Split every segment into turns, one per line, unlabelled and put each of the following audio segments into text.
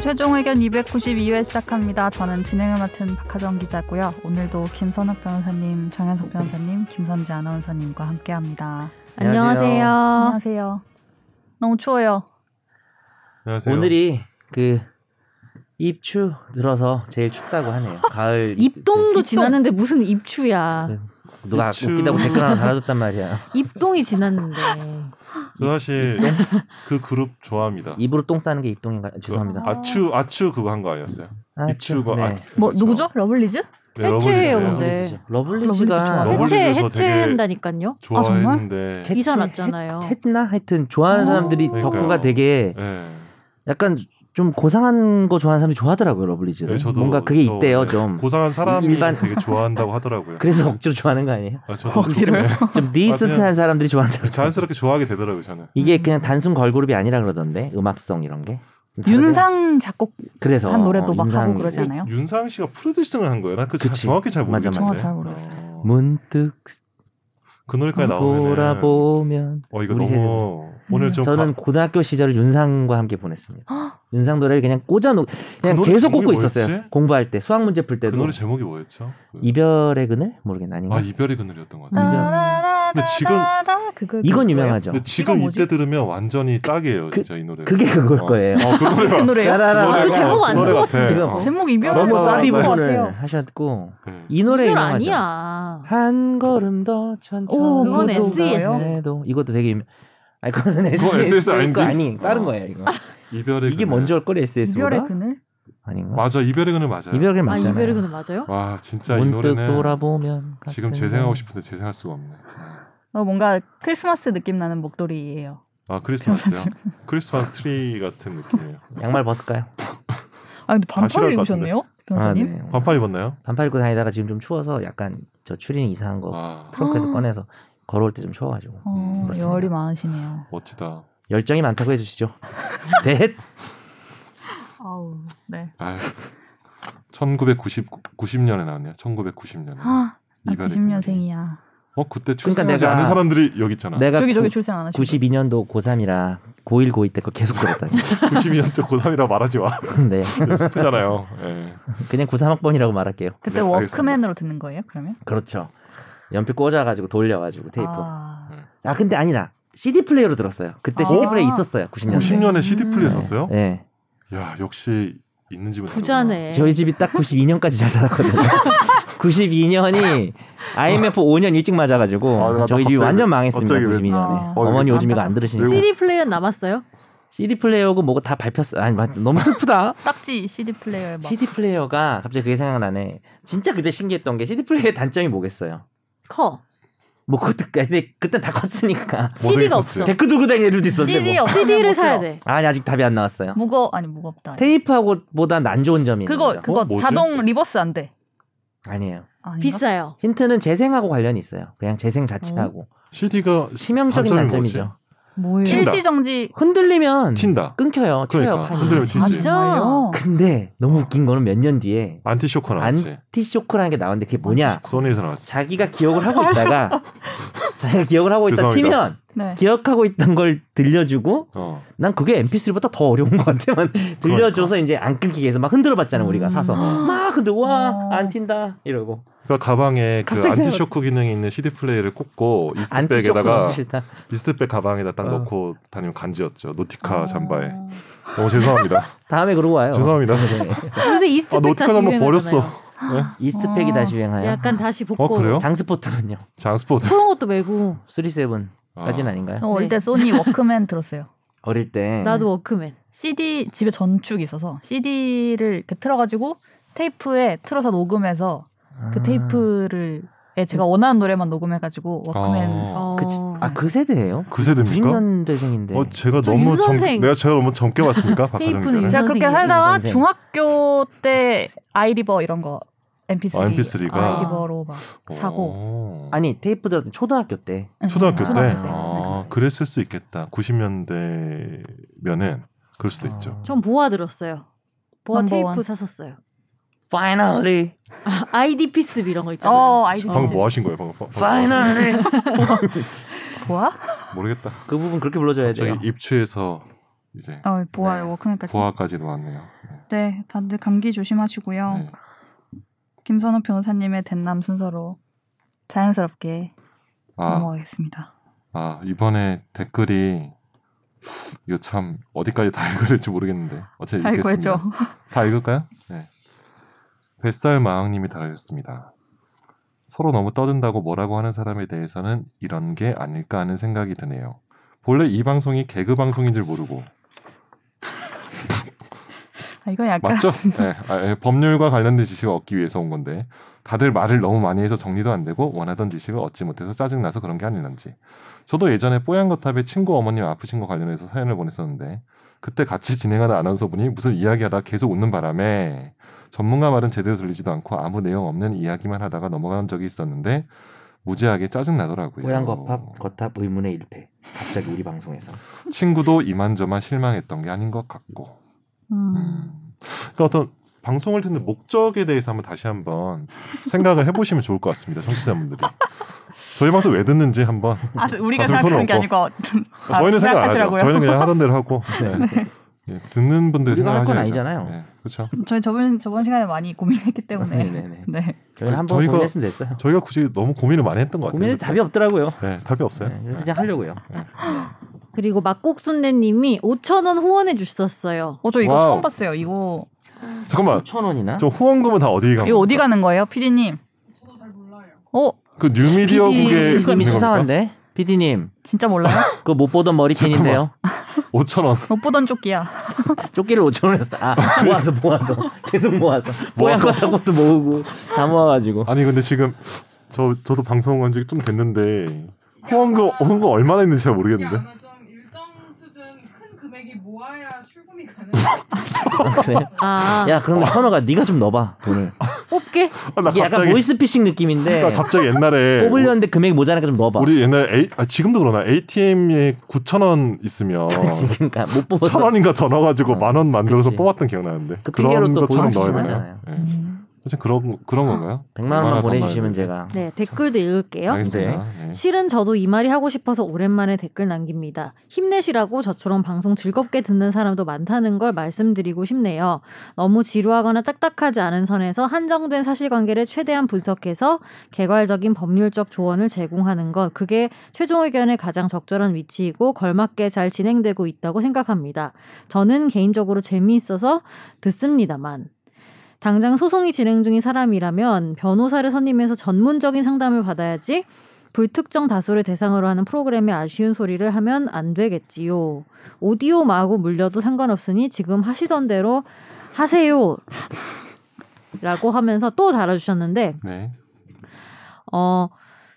최종 의견 292회 시작합니다. 저는 진행을 맡은 박하정 기자고요. 오늘도 김선욱 변호사님, 정현석 변호사님, 김선지 아나운서님과 함께합니다.
안녕하세요.
안녕하세요. 너무 추워요.
안녕하세요.
오늘이 그 입추 들어서 제일 춥다고 하네요. 가을
입동도 지났는데 무슨
네.
입추야.
그 누가
입추.
웃기다고 댓글 하나 달아줬단 말이야.
입동이 지났는데.
저 사실
네.
그 그룹 좋아합니다.
입으로 똥 싸는 게 입동인가?
그
죄송합니다.
아추 아추 그거 한 거 아니었어요?
아,
입추가
네.
아,
뭐
그렇죠.
누구죠? 러블리즈?
네,
해체예요,
러블리즈예요.
근데.
러블리즈죠.
러블리즈
러블리즈가
좋아하세요?
러블리즈
해체
저 되게
해체한다니까요.
좋아했는데. 네.
해체-
기사 났잖아요.
했- 했나? 하여튼 좋아하는 사람들이
오.
덕후가
그러니까요.
되게
예.
약간 좀 고상한 거 좋아하는 사람이 좋아하더라고요 러블리즈를.
네, 저도
뭔가 그게
저,
있대요
네.
좀.
고상한 사람이
일반-
되게 좋아한다고 하더라고요.
그래서 억지로 좋아하는 거 아니에요?
아, 저도
억지로요?
좀-
좀 니스트한 사람들이 좋아한다.
네, 자연스럽게 좋아하게 되더라고요 저는.
이게 그냥 단순 걸그룹이 아니라 그러던데 음악성 이런 게. 좀 다르대요.
윤상 작곡.
그래서
한 노래도 막
윤상이
하고 그러지
그
않아요?
윤상 씨가 프로듀싱을 한 거예요. 나그
그치.
정확히 잘
맞아, 뭐
모르겠는데.
맞아. 어, 잘 모르겠어요.
어,
문득
그 노래까지 나오면
돌아보면
어 이거
우리 음,
너무 오늘 그 좀
저는 고등학교 시절을 윤상과 함께 보냈습니다. 윤상 노래를 그냥 꽂아 놓 그냥
그 노래
계속
제목이
꽂고 있었어요.
뭐였지?
공부할 때 수학 문제 풀
가- 그
때도
노래 제목이 뭐였죠? 그-
이별의 그늘 모르겠나 아닌가?
아 이별의 그늘이었던 것 같아요.
이건-
근데
지금-
그거
이건 유명하죠.
근데
이거
지금
뭐지?
이때 들으면 완전히 딱이에요,
그-
진짜 이 노래.
그게 그걸 거예요.
어, 그 노래가
그 노래요?
따라라.
아, 그 제목 안
노래
나온
같아.
지금.
어.
제목 이별
너무
너무
아,
쌉이
네.
것
부분을
같아요.
하셨고
네.
이 노래
이별
유명하죠.
아니야.
한 걸음 더 천천히
오, 그건
E
S.E.S.
도 이것도 되게 유명. 아니 그거는
S.E.S.
S.E.S. 거
E 아닌데?
아니 다른
어.
거예요 이거.
이별의
이게
그늘.
먼저 올 거래
이별의
E S.E.S.보다
그늘?
아닌가?
맞아 이별의 그늘 맞아요. 어.
이별의 그늘
아,
맞잖아요.
이별의 그는 맞아요?
와 진짜 네. 이
문득
노래는
돌아보면
지금
같은
재생하고
밤.
싶은데 재생할 수가 없네.
어, 뭔가 크리스마스 느낌 나는 목도리예요.
아 크리스마스요? 크리스마스 트리 같은 느낌이에요.
양말 벗을까요?
아 근데 반팔을
싫어할 것
입으셨네요, 변호사님?
아, 네.
반팔 입었나요?
반팔 입고 다니다가 지금 좀 추워서 약간 저 추리닝 이상한 거
와
트렁크에서
아.
꺼내서 걸어올 때 좀 추워가지고
어,
그렇습니다.
열이 많으시네요.
멋지다.
열정이 많다고 해주시죠. 네. 넷
아우, 네.
아유. 1990 90년에 나왔네요. 1990년에.
아, 나
이별의
90년생이야.
어 그때
그러니까
출생하지
내가-
않은 사람들이 여기 있잖아.
내가
저기 저기 출생 안 하시고.
92년도 고3이라 고1 고2 때 거 계속 들었다니.
92년도 고3이라 말하지 마.
네.
슬프잖아요. 예.
그냥 93학번이라고 말할게요.
그때
네, 알겠습니다.
워크맨으로 듣는 거예요, 그러면?
그렇죠. 연필 꽂아가지고 돌려가지고 테이프. 아,
아,
근데 아니다. CD 플레이어로 들었어요. 그때
아.
CD 플레이 있었어요. 90년대.
90년에 CD 플레이
음.
썼어요?
네.
야 역시 있는 집은 어,
부자네.
저희 집이 딱 92년까지 잘 살았거든요. 92년이 IMF 5년 일찍 맞아가지고
아, 나
저희 집이
갑자기
완전
왜-
망했습니다.
갑자기 왜-
92년에
아.
어,
어머니
이거
요즘 이거 안
음.
왜-
들으시니까
CD 플레이어 남았어요?
CD 플레이어고 뭐고 다 밟혔어. 아니 맞- 너무 슬프다.
딱지 CD 플레이어에 막.
CD 플레이어가 갑자기 그게 생각나네. 진짜 그때 신기했던 게 CD 플레이어의 단점이 뭐겠어요?
커.
뭐 그때 근데 그때 다 컸으니까
CD가 없어.
데크 들고 다니는 애들도 있었는데
CD
뭐.
없으면
CD를
못 들어.
사야 돼.
아니 아직 답이 안 나왔어요.
무거 아니 무겁다.
테이프하고 보단 안 좋은 점이 있는
그거
거죠.
그거
어, 뭐지?
자동 리버스 안 돼.
아니에요.
아닌가?
비싸요.
힌트는 재생하고 관련이 있어요. 그냥 재생 자체하고
음.
CD가
치명적인
단점이
단점이죠.
뭐예요?
튄다.
일시 정지.
흔들리면
튄다.
끊겨요. 튀어요.
그러니까
판이.
흔들리면 튀지.
진짜?
정말요?
근데 너무 웃긴 거는 몇 년 뒤에
안티쇼커 나왔지.
안티쇼크라는 게 나왔는데 그게
아,
뭐냐?
소니에서 나왔지.
자기가 기억을 하고 있다가 자기가 기억을 하고 있다
죄송합니다.
튀면
네.
기억하고 있던 걸 들려주고
어.
난 그게 MP3보다 더 어려운 것 같아만
그러니까.
들려줘서 이제 안 끊기게 해서 막 흔들어 봤잖아 우리가
음.
사서 막 근데
어.
와안 튄다 이러고
그러니까 가방에 그
갑자기
안티쇼크 기능이 있는 CD 플레이를 꽂고
안티쇼크가
이스트백에다가
싫다
이스트백 가방에다 딱
어. 아.
넣고 다니면 간지였죠. 노티카
어.
잠바에. 너무 죄송합니다.
다음에 그러고 와요 네.
죄송합니다.
요새 이스트
아
팩 다시
노티카 잠바 버렸어. 어,
유행하잖아요.
이스트팩이
어.
다시 유행하여
약간 다시 복고.
그래요?
장스포트는요
장스포드.
그런 것도 메고.
37까지는
아.
아닌가요?
저 어릴
네.
때 소니 워크맨 들었어요.
어릴
네.
때
나도 워크맨.
CD 집에 전축이 있어서 CD를 이렇게 틀어가지고 테이프에 틀어서 녹음해서 그
아.
테이프를 예, 제가 원하는 노래만 녹음해가지고
아.
워크맨
어.
어.
그치. 아, 그 세대예요?
그 세대입니까?
90년대생인데
어 제가
저
너무 젊
윤선생.
내가 제가 너무 젊게 봤습니까? 박하정
테이프는
기자는.
제가 그렇게
선생님,
살다가
선생님.
중학교 때 아이리버 이런 거 MP3,
아, MP3 가.
아이리버로 막 사고 네.
오.
아니 테이프 들을 때 초등학교 때
어. 초등학교 때.
초등학교 때.
아, 그랬을 수 있겠다. 90년대면은 그럴 수도
어.
있죠.
전 보아 들었어요. 보아
넘버
테이프
원.
샀었어요.
Finally
아, 아이디 피스 이런 거 있잖아요.
어, 아이리버.
방금 뭐 하신 거예요? 방금 방- 방금
Finally
뭐야?
모르겠다.
그 부분 그렇게 불러줘야 돼요
저기 입추에서 이제
어, 보아요.
네.
워크맨까지.
부하까지도 왔네요. 네.
네, 다들 감기 조심하시고요.
네.
김선호 변호사님의 된남 순서로 자연스럽게
아,
넘어가겠습니다.
아 이번에 댓글이 이거 참 어디까지 다 읽어야 될지 모르겠는데 어차피
알
읽겠습니다.
거죠.
다 읽을까요? 네. 뱃살 마왕님이 달아주셨습니다. 서로 너무 떠든다고 뭐라고 하는 사람에 대해서는 이런 게 아닐까 하는 생각이 드네요. 본래 이 방송이 개그 방송인 줄 모르고
아, 이건 약간
맞죠? 네, 아, 예, 법률과 관련된 지식을 얻기 위해서 온 건데 다들 말을 너무 많이 해서 정리도 안 되고 원하던 지식을 얻지 못해서 짜증 나서 그런 게 아니는지. 저도 예전에 뽀얀 거탑에 친구 어머님 아프신 거 관련해서 사연을 보냈었는데 그때 같이 진행하는 아나운서분이 무슨 이야기하다 계속 웃는 바람에 전문가 말은 제대로 들리지도 않고 아무 내용 없는 이야기만 하다가 넘어간 적이 있었는데 무지하게 짜증 나더라고요.
모양 거탑 거탑 의문의 일패. 갑자기 우리 방송에서
친구도 이만저만 실망했던 게 아닌 것 같고.
음,
음. 그러니까 어떤 방송을 듣는 목적에 대해서 한번 다시 한번 생각을 해보시면 좋을 것 같습니다, 청취자분들이. 저희 방송 왜 듣는지 한번.
아, 우리가
네. 가슴 손을
생각하는 게 아니고 아,
저희는 생각 안 하죠.
생각하시라고요?
저희는 그냥 하던 대로 하고. 네. 예, 듣는 분들
우리가 할건
생각하셔야죠.
아니잖아요.
네, 그렇죠.
저희 저번 저번 시간에 많이 고민했기 때문에
네네네.
네.
저희는 한번
저희가-
고민했으면 됐어요.
저희가 굳이 너무 고민을 많이 했던 것 같아요.
고민에 답이 없더라고요.
네, 답이 없어요.
네,
네.
그냥 하려고요.
그리고 막국순내님이 5천 원 후원해 주셨어요.
어, 저 이거
와우.
처음 봤어요. 이거
잠깐만,
5천 원이나.
저 후원금은 다 어디 가?
이거 어디 가는 거예요, 피디님? 어,
그 뉴미디어국에
PD 님이
있는 겁니까?
수상한데. PD님
진짜 몰라요?
그거 못 보던 머리핀인데요.
5천 원.
못 보던 쪽기야.
조끼를 5천 원에서 아 모아서 모아서 계속 모아서 모양 같은 것도 모으고 다 모아가지고
아니 근데 지금 저 저도 방송 한지 좀 됐는데 후원금 후원금 얼마나 있는지 잘 모르겠는데.
아마 좀 일정 수준 큰 금액이 모아야 출금이 가능.
그래.
아
야 그럼 선호가 네가 좀 넣어봐 돈을.
뽑게?
아, 어. 나
이게 약간
갑자기
보이스피싱 느낌인데
나 그러니까 갑자기 옛날에 뭐
뽑으려는데 금액이 모자라니까 좀 넣어봐.
우리 옛날에 A, 아, 지금도 그러나 ATM에 9천 원 있으면
지금 그러니까 못 뽑아서
천 원인가 더 넣어가지고
어,
만 원 만들어서
그치.
뽑았던 기억나는데
그
그런
핑계로 또
것처럼
보여주시면
넣어야 되나요?
하잖아요.
네. 사실 그런 그런 건가요?
100만 원만
얼마나 더
보내주시면
넣어야
제가
네 댓글도 읽을게요.
알겠습니다. 네.
실은 저도 이 말이 하고 싶어서 오랜만에 댓글 남깁니다. 힘내시라고 저처럼 방송 즐겁게 듣는 사람도 많다는 걸 말씀드리고 싶네요. 너무 지루하거나 딱딱하지 않은 선에서 한정된 사실관계를 최대한 분석해서 개괄적인 법률적 조언을 제공하는 건 그게 최종 의견에 가장 적절한 위치이고 걸맞게 잘 진행되고 있다고 생각합니다. 저는 개인적으로 재미있어서 듣습니다만. 당장 소송이 진행 중인 사람이라면 변호사를 선임해서 전문적인 상담을 받아야지 불특정 다수를 대상으로 하는 프로그램에 아쉬운 소리를 하면 안 되겠지요. 오디오 마구 물려도 상관없으니 지금 하시던 대로 하세요. 라고 하면서 또 달아주셨는데,
네.
어,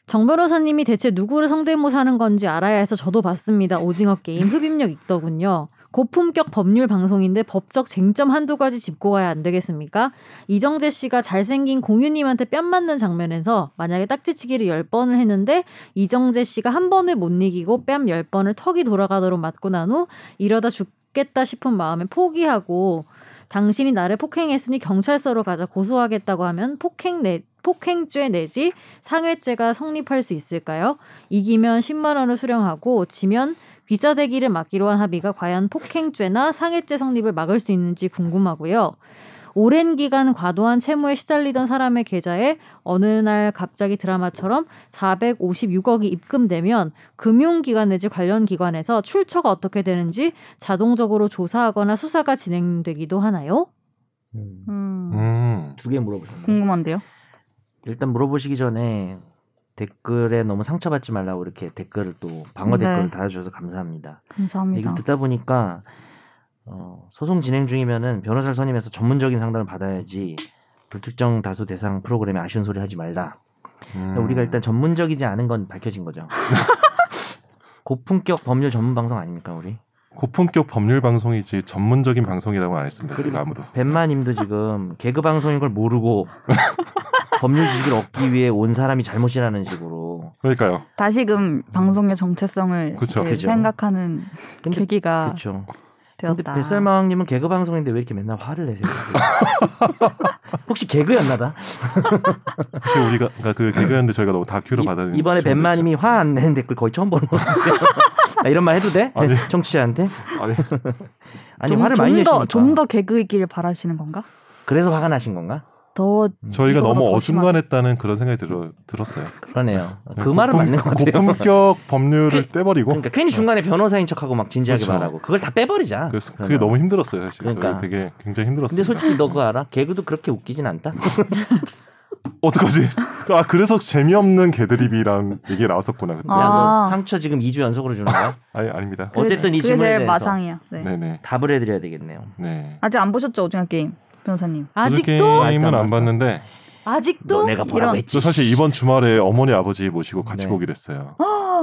정 변호사님이 대체 누구를 성대모사하는 건지 알아야 해서 저도 봤습니다. 오징어 게임 흡입력 있더군요. 고품격 법률 방송인데 법적 쟁점 한두 가지 짚고 가야 안 되겠습니까? 이정재 씨가 잘생긴 공유님한테 뺨 맞는 장면에서 만약에 딱지치기를 10번을 했는데 이정재 씨가 한 번을 못 이기고 뺨 10번을 턱이 돌아가도록 맞고 난 후 이러다 죽겠다 싶은 마음에 포기하고 당신이 나를 폭행했으니 경찰서로 가자 고소하겠다고 하면 폭행 내 폭행죄 내지 상해죄가 성립할 수 있을까요? 이기면 10만 원을 수령하고 지면 귀싸대기를 막기로 한 합의가 과연 폭행죄나 상해죄 성립을 막을 수 있는지 궁금하고요. 오랜 기간 과도한 채무에 시달리던 사람의 계좌에 어느 날 갑자기 드라마처럼 456억이 입금되면 금융기관 내지 관련 기관에서 출처가 어떻게 되는지 자동적으로 조사하거나 수사가 진행되기도 하나요?
음,
음.
두 개 물어보셨나요?
궁금한데요.
일단 물어보시기 전에 댓글에 너무 상처받지 말라고 이렇게 댓글을 또 방어
네.
댓글을 달아주셔서 감사합니다.
감사합니다.
얘기를 듣다 보니까 어, 소송 진행 중이면은 변호사를 선임해서 전문적인 상담을 받아야지 불특정 다수 대상 프로그램에 아쉬운 소리 하지 말라.
음.
그러니까 우리가 일단 전문적이지 않은 건 밝혀진 거죠. 고품격 법률 전문 방송 아닙니까 우리?
고품격 법률 방송이지 전문적인 방송이라고 안 했습니다. 그리고 아무도.
벤마님도 지금 개그 방송인 걸 모르고 법률 지식을 얻기 위해 온 사람이 잘못이라는 식으로.
그러니까요.
다시금 방송의 정체성을
그쵸.
이렇게
그죠.
생각하는
근데
계기가
그렇죠. 근데
되었다.
뱃살마왕님은 개그 방송인데 왜 이렇게 맨날 화를 내세요? 혹시 개그였나 봐?
사실 우리가 그러니까 그 개그였는데 저희가 너무 다큐로
이-
받아들인
이번에
측면도
벤마님이 화 안 내는 댓글 거의 처음 보는 것 같아요. 나 이런 말 해도 돼?
아니.
청취자한테?
있죠. 아니
아니 화를 많이 내시니까.
좀 더 개그이길 바라시는 건가?
그래서 화가 나신 건가?
더
저희가
이거보다
너무
더 심하네.
어중간했다는 그런 생각이 들어, 들었어요.
그러네요. 그 말은 맞는 것 같아요.
고품격
그-
법률을 떼버리고
그러니까 괜히 중간에 변호사인 척하고 막 진지하게
뭐? 어. 그렇죠.
말하고 그걸 다 빼버리자.
그래서
그러면.
그게 너무 힘들었어요. 사실
그러니까.
저희 되게 굉장히
근데
힘들었어요.
솔직히 너 그거 알아? 개그도 그렇게 웃기진 않다.
어떡하지? 아 그래서 재미없는 개드립이란 얘기 나왔었구나 그때.
야,
아.
너 상처 지금 2주 연속으로 주는 거야?
아니 아닙니다.
그게
어쨌든
제-
이
그게
질문에
제일
대해서.
마상이야. 네.
네네.
답을 해드려야 되겠네요.
네.
아직 안 보셨죠 오징어 게임 변호사님?
아직도
오늘 게임은 안 봤는데
아직도
너뭐 내가 보라고
이런-
했지.
저 사실 이번 주말에 어머니 아버지 모시고 같이
네.
보기로 했어요.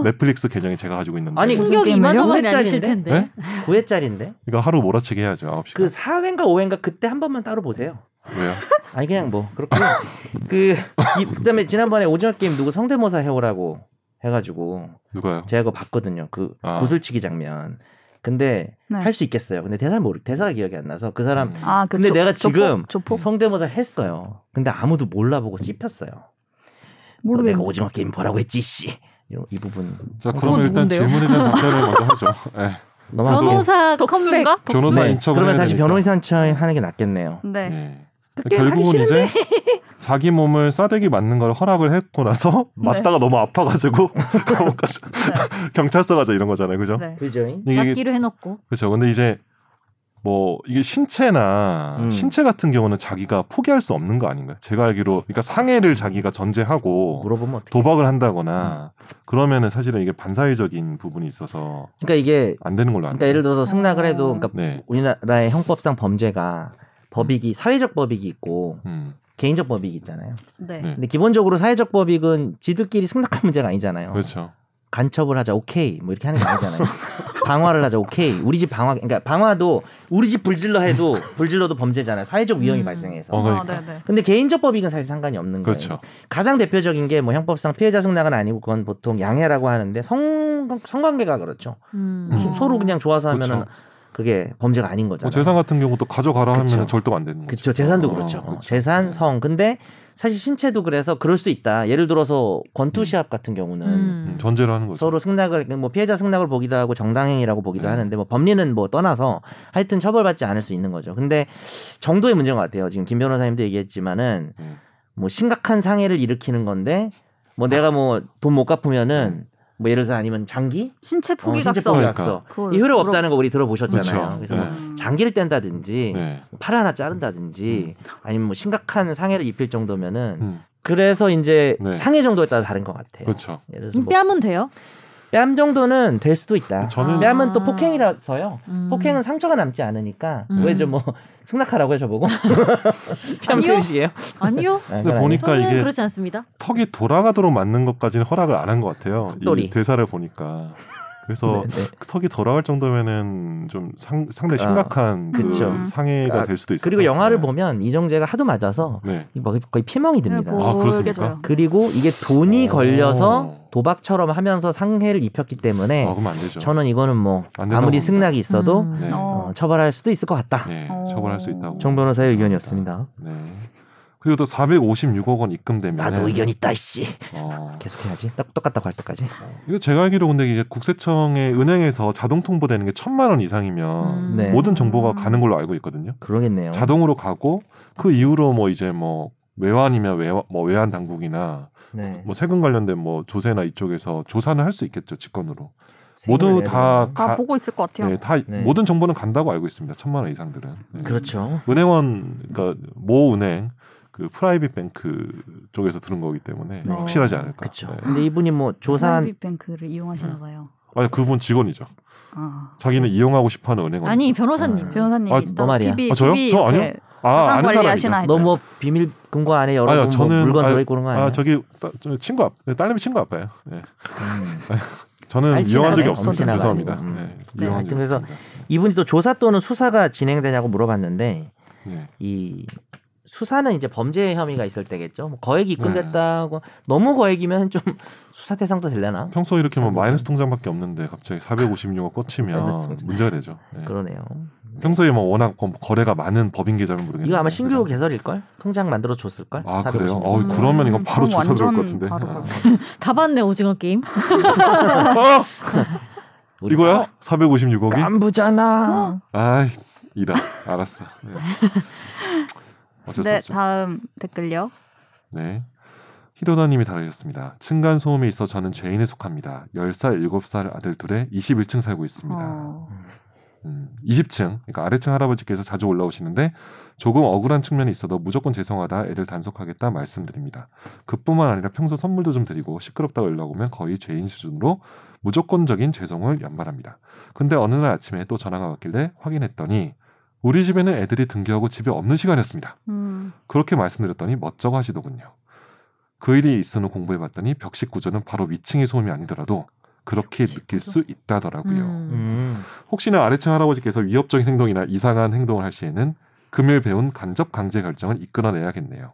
넷플릭스 계정이 제가 가지고 있는데.
아니,
아. 무슨
충격이
게임을요?
이만저만이
오늘짜리인데?
아니실 텐데.
네?
구회짜리인데
그러니까 하루 몰아치게 해야죠. 9시간.
그 4회인가 5회인가 그때 한 번만 따로 보세요.
왜요?
아니 그냥 뭐 그렇고요. 그 이- 그다음에 지난번에 오징어 게임 누구 성대모사 해오라고 해가지고
누가요?
제가 그거 봤거든요. 그
아.
구슬치기 장면. 근데
네.
할 수 있겠어요. 근데 대사 모르 대사가 기억이 안 나서 그 사람
음.
아, 그
근데
조-
내가
조폭?
지금
조폭
성대모사 했어요. 근데 아무도 몰라보고 씹혔어요. 너
모르겠네.
내가 오징어 게임 보라고 했지 씨. 이런- 이 부분
자
그거
그러면 일단
누군데요?
질문에 대한 답변을 먼저 하죠. 네.
넘어갈게요.
아,
네.
변호사
네.
컴백.
덕수인가?
변호사인 척을
그러면
해야
다시
되니까.
변호사인 척 하는 게 낫겠네요.
네.
예.
게임 하기
결국은 이제 자기 몸을 싸대기 맞는 걸 허락을 했고 나서
네.
맞다가 너무 아파가지고 감옥까지 경찰서 가자 이런 거잖아요, 그죠?
네.
그죠? 잉
이게
맞기로 해놓고
그렇죠. 근데 이제 뭐 이게 신체나
음.
신체 같은 경우는 자기가 포기할 수 없는 거 아닌가요? 제가 알기로 그러니까 상해를 자기가 전제하고
물어보면 어떻게?
도박을 한다거나 그러면은 사실은 이게 반사회적인 부분이 있어서
그러니까 이게
안 되는 걸로 알고
그러니까 예를 들어서 승낙을 해도 그러니까
네.
우리나라의 형법상 범죄가 법익이 사회적 법익이 있고
음.
개인적 법익이 있잖아요.
네.
네.
근데 기본적으로 사회적 법익은 지들끼리 승낙할 문제가 아니잖아요.
그렇죠.
간첩을 하자 오케이 뭐 이렇게 하는 게 아니잖아요. 방화를 하자 오케이 우리 집 방화 그러니까 방화도 우리 집 불질러 해도 불질러도 범죄잖아요. 사회적 위험이
음.
발생해서.
어,
아, 네,
그러니까.
네.
근데 개인적 법익은 사실 상관이 없는 거예요.
그렇죠.
가장 대표적인 게 뭐 형법상 피해자 승낙은 아니고 그건 보통 양해라고 하는데 성 성관계가 그렇죠.
음.
소- 서로 그냥 좋아서 하면은
그렇죠.
그게 범죄가 아닌
뭐
거잖아요.
재산 같은 경우도 가져가라
그쵸.
하면 절도가 안 되는 거죠.
그렇죠. 재산도
어,
그렇죠.
그렇죠.
재산,
네.
성. 근데 사실 신체도 그래서 그럴 수 있다. 예를 들어서 권투 시합 같은 경우는
음.
음, 전제로 하는 거죠.
서로 승낙을 뭐 피해자 승낙을 보기도 하고 정당행위라고 보기도
네.
하는데 뭐 법리는 뭐 떠나서 하여튼 처벌받지 않을 수 있는 거죠. 근데 정도의 문제인 것 같아요. 지금 김 변호사님도 얘기했지만은
네.
뭐 심각한 상해를 일으키는 건데 뭐 내가 뭐 돈 못 갚으면은
네.
뭐 예를 들어 서 아니면 장기,
신체
어,
포기
신체
각서.
포기
그러니까.
각서
그거
이 효력
물어-
음,
없다는 거 우리 들어보셨잖아요.
그렇죠.
그래서 뭐
네.
음.
장기를 뗀다든지
네.
팔 하나 자른다든지 아니면 뭐 심각한 상해를 입힐 정도면은
음,
그래서 이제
네.
상해 정도에 따라 다른 것 같아요.
그렇죠.
예를 들어서
음,
뭐
뺨은 돼요?
뺨 정도는 될 수도 있다.
저는-
뺨은 또
아.
폭행이라서요.
음.
폭행은 상처가 남지 않으니까
음.
왜 저 뭐 승낙하라고 해 저보고 뺨
아니요.
끝이에요.
아니요.
네,
근데
그건
보니까
저는
이게
그렇지 않습니다.
턱이 돌아가도록 맞는 것까지는 허락을 안 한 것 같아요.
턱돌이.
이 대사를 보니까. 그래서
아니에요. 네, 네.
턱이 돌아갈 정도면은 좀 상, 상당히
아,
심각한 그
그쵸.
상해가
아,
될 수도 있어요.
그리고 영화를
네.
보면 이정재가 하도 맞아서
네.
막 거의 피멍이 듭니다.
아, 그렇습니까?
그리고 이게 돈이
오.
걸려서 도박처럼 하면서 상해를 입혔기 때문에
아, 그면안 되죠.
저는 이거는 뭐
안 된다고
아무리
봅니다.
승낙이 있어도
음.
네.
어.
어, 처벌할 수도 있을 것 같다.
네,
어.
처벌할 수 있다고. 음.
정 변호사의 의견이었습니다.
네. 그리고 또 456억 원 입금되면
나도 의견 있다 이씨.
어,
계속해야지. 딱 똑같다고 할 때까지.
이거 제가 알기로 근데 이게 국세청의 은행에서 자동 통보되는 게 천만 원 이상이면
음.
네.
모든 정보가 가는 걸로 알고 있거든요.
그러겠네요.
자동으로 가고 그 이후로 뭐 이제 뭐 외환이면 외환, 뭐 외환 당국이나
네.
뭐 세금 관련된 뭐 조세나 이쪽에서 조사는 할 수 있겠죠 직권으로
세금을
모두
내야
다
되나?
다
가,
보고 있을 것 같아요.
네, 다
네.
모든 정보는 간다고 알고 있습니다 천만 원 이상들은 네.
그렇죠.
은행원 그러니까 모 은행 그 프라이빗 뱅크 쪽에서 들은 거기 때문에
네.
확실하지 않을까
그렇죠.
네.
근데 이분이 뭐 조사한
뱅크를 이용하시나 봐요.
아니 그분 직원이죠
아.
자기는 이용하고 싶어하는 은행원
아니 변호사님.
네.
변호사님
아,
있다.
너 말이야.
TV,
아, 저요?
TV
저 아니요?
네.
아
자산
아는
관리하시나
사람이죠
했죠.
너뭐 비밀 금고 안에 여러
아니요,
뭐
저는-
물건
아니,
들어있고 그런 거 아니야?
아 저기 따- 저 친구 앞 네, 딸내미 친구 아빠예요 네.
음.
저는
알지,
이용한 적이
나가요.
없습니다
엄청
죄송합니다
나가요.
네,
네,
이용한 적이
그래서
없습니다.
이분이 또 조사 또는 수사가 진행되냐고 물어봤는데
네.
이 수사는 이제 범죄 혐의가 있을 때겠죠. 뭐 거액이 입금됐다고 너무 거액이면 좀 수사 대상도 되려나?
평소 에 이렇게 뭐 마이너스 통장밖에 없는데 갑자기 456억
마이너스 통장.
꽂히면 문제가 되죠. 네.
그러네요.
평소에 뭐 워낙 거- 거래가 많은 법인 계좌면 모르겠는데
이거 아마 신규 개설일 걸? 통장 만들어 줬을 걸?
음. 아 그래요? 어 그러면 이건 바로
음, 그럼
조사 들어올 것
완전
같은데.
바로
아.
다 봤네 오징어 게임.
어?
어?
이거야? 456억이?
안부잖아.
어,
아 이라 알았어. 네. 어쩔 수
네,
없죠.
다음 댓글요.
네. 히로다님이 달아주셨습니다. 층간 소음이 있어 저는 죄인에 속합니다. 10살, 7살 아들 둘에 21층 살고 있습니다.
어,
음, 20층, 그러니까 아래층 할아버지께서 자주 올라오시는데 조금 억울한 측면이 있어도 무조건 죄송하다, 애들 단속하겠다 말씀드립니다. 그뿐만 아니라 평소 선물도 좀 드리고 시끄럽다고 연락 오면 거의 죄인 수준으로 무조건적인 죄송을 연발합니다. 근데 어느 날 아침에 또 전화가 왔길래 확인했더니 우리 집에는 애들이 등교하고 집에 없는 시간이었습니다.
음,
그렇게 말씀드렸더니 멋쩍어 하시더군요. 그 일이 있은 후 공부해봤더니 벽식 구조는 바로 위층의 소음이 아니더라도 그렇게
벽식
느낄
구조?
수 있다더라고요.
음.
음.
혹시나 아래층 할아버지께서 위협적인 행동이나 이상한 행동을 할 시에는 금일 배운 간접 강제 결정을 이끌어내야겠네요.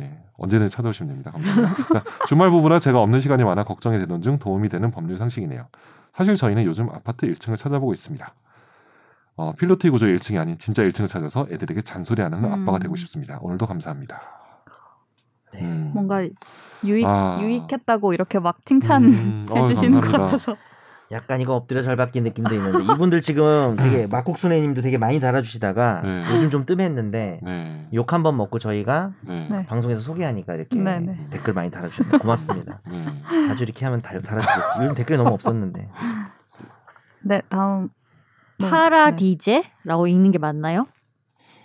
예, 언제든 찾아오시면 됩니다. 감사합니다. 그러니까 주말 부부라 제가 없는 시간이 많아 걱정이 되는 중 도움이 되는 법률 상식이네요. 사실 저희는 요즘 아파트 1층을 찾아보고 있습니다. 어, 필로티 구조 1층이 아닌 진짜 1층을 찾아서 애들에게 잔소리하는
음.
아빠가 되고 싶습니다. 오늘도 감사합니다.
네.
음.
뭔가 유익
아.
유익했다고 이렇게 막 칭찬
음, 어이,
해주시는 것
감사합니다.
같아서.
약간 이거 엎드려 잘 받긴 느낌도 있는데 이분들 지금 되게 막국수네님도 되게 많이 달아주시다가
네.
요즘 좀 뜸했는데
네,
욕 한 번 먹고 저희가
네,
네.
방송에서 소개하니까 이렇게
네, 네.
댓글 많이 달아주셨네요. 고맙습니다.
네.
자주 이렇게 하면 달, 달아주겠지. 요즘 댓글이 너무 없었는데.
네, 다음
네.
뭐,
파라디제라고 읽는 게 맞나요?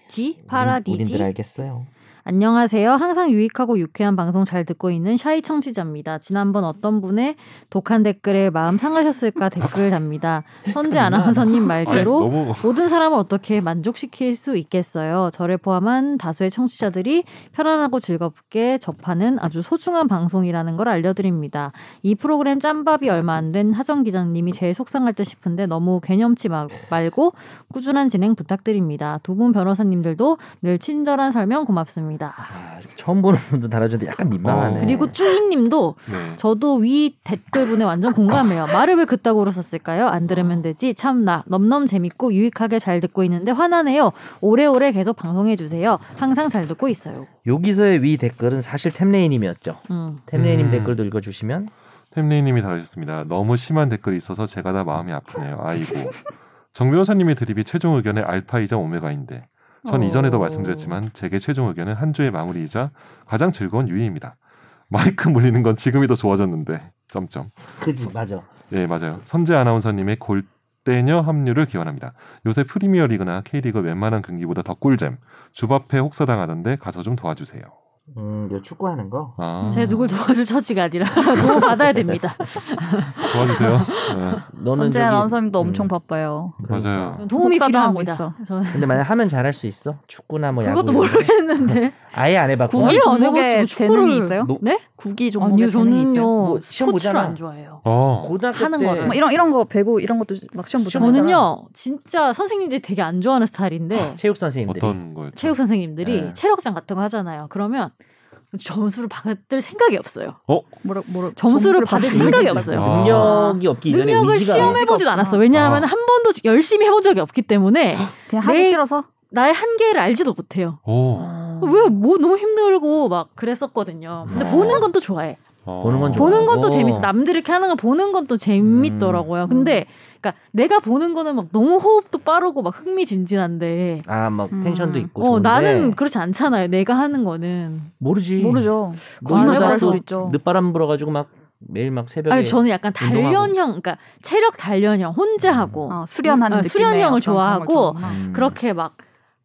지
우린- 우린들
파라디지.
음, 알겠어요.
안녕하세요. 항상 유익하고 유쾌한 방송 잘 듣고 있는 샤이 청취자입니다. 지난번 어떤 분의 독한 댓글에 마음 상하셨을까 댓글 답니다. 선재 아나운서님
아니, 네,
말대로
너무
모든 사람을 어떻게 만족시킬 수 있겠어요? 저를 포함한 다수의 청취자들이 편안하고 즐겁게 접하는 아주 소중한 방송이라는 걸 알려드립니다. 이 프로그램 짬밥이 얼마 안 된 하정 기자님이 제일 속상할 듯 싶은데 너무 개념치 마- 말고 꾸준한 진행 부탁드립니다. 두 분 변호사님들도 늘 친절한 설명 고맙습니다.
아, 이렇게 처음 보는 분도 달아주는데 약간 민망하네.
어.
그리고 쭈이님도
네.
저도 위 댓글분에 완전 공감해요. 말을 왜 그따구로 썼을까요? 안 들으면 되지. 참나. 넘넘 재밌고 유익하게 잘 듣고 있는데 화나네요. 오래오래 계속 방송해주세요. 항상 잘 듣고 있어요.
여기서의 위 댓글은 사실 템레이님이었죠.
음.
템레이님
음.
댓글도 읽어주시면
템리님이 달아주셨습니다. 너무 심한 댓글이 있어서 제가 다 마음이 아프네요. 아이고. 정 변호사님의 드립이 최종 의견의 알파이자 오메가인데 전
어.
이전에도 말씀드렸지만 제게 최종 의견은 한 주의 마무리이자 가장 즐거운 유의입니다. 마이크 물리는 건 지금이 더 좋아졌는데 점점
그지 맞아.
예 맞아요. 선재 아나운서님의 골대녀 합류를 기원합니다. 요새 프리미어 리그나 K리그 웬만한 경기보다 더 꿀잼 주바페 혹사당하던데 가서 좀 도와주세요.
음, 요 축구하는 거.
아
음.
제가 누굴 도와줄 처지가 아니라 도움받아야 됩니다.
도와주세요. 네,
너는
선재
저기-
아나운서님도 엄청
음,
바빠요.
그러니까.
맞아요.
도움이
속사도 하고
필요합니다. 저는
근데 만약 하면 잘할 수 있어? 축구나 뭐 야구.
그것도
이런 거?
모르겠는데.
아예 안 해봤고.
구기 안
종목에
해가지고 축구를
재능이 있어요?
노-
네?
국기 종목에
아니요,
재능이 있어요?
저는요.
뭐 시험
스포츠를
보잖아.
안 좋아해요.
어.
고등학교
하는
때
거죠.
뭐 이런 이런 거 배구 이런 것도 막 시험 보잖아요.
저는요, 진짜 선생님들이 되게 안 좋아하는 스타일인데,
체육 선생님들이
어떤 거였죠?
체육 선생님들이
네.
체력장 같은 거 하잖아요. 그러면 점수를 받을 생각이 없어요.
뭐라 뭐라
점수를 받을 생각이
받는다고.
없어요.
아.
능력이 없기 이전에
능력을
의지가
시험해보진
의지가
않았어.
없구나.
왜냐하면
아.
한 번도 열심히 해본 적이 없기 때문에
아.
그냥 하기
내-
싫어서
나의 한계를 알지도 못해요.
오.
왜 뭐 너무 힘들고 막 그랬었거든요. 근데
어.
보는 건 또 좋아해.
어.
보는 건 좋아.
보는 건 또
어. 음.
재밌어. 남들 이렇게 하는 걸 보는 건 또 재밌더라고요. 근데 그러니까 내가 보는 거는 막 너무 호흡도 빠르고 막 흥미진진한데
아막
음.
텐션도 있고
어,
좋은데
나는 그렇지 않잖아요. 내가 하는 거는.
모르지.
모르죠.
음.
놀러
과몰입할
놀러다가
가서
수도
또
있죠.
늦바람 불어가지고 막 매일 막 새벽에
아니 저는 약간
운동하고.
단련형, 그러니까 체력 단련형 혼자 하고
어, 수련하는
아,
느낌의
수련형을
어떤 그런 걸
좋아하고
좋아하구나.
음.
그렇게 막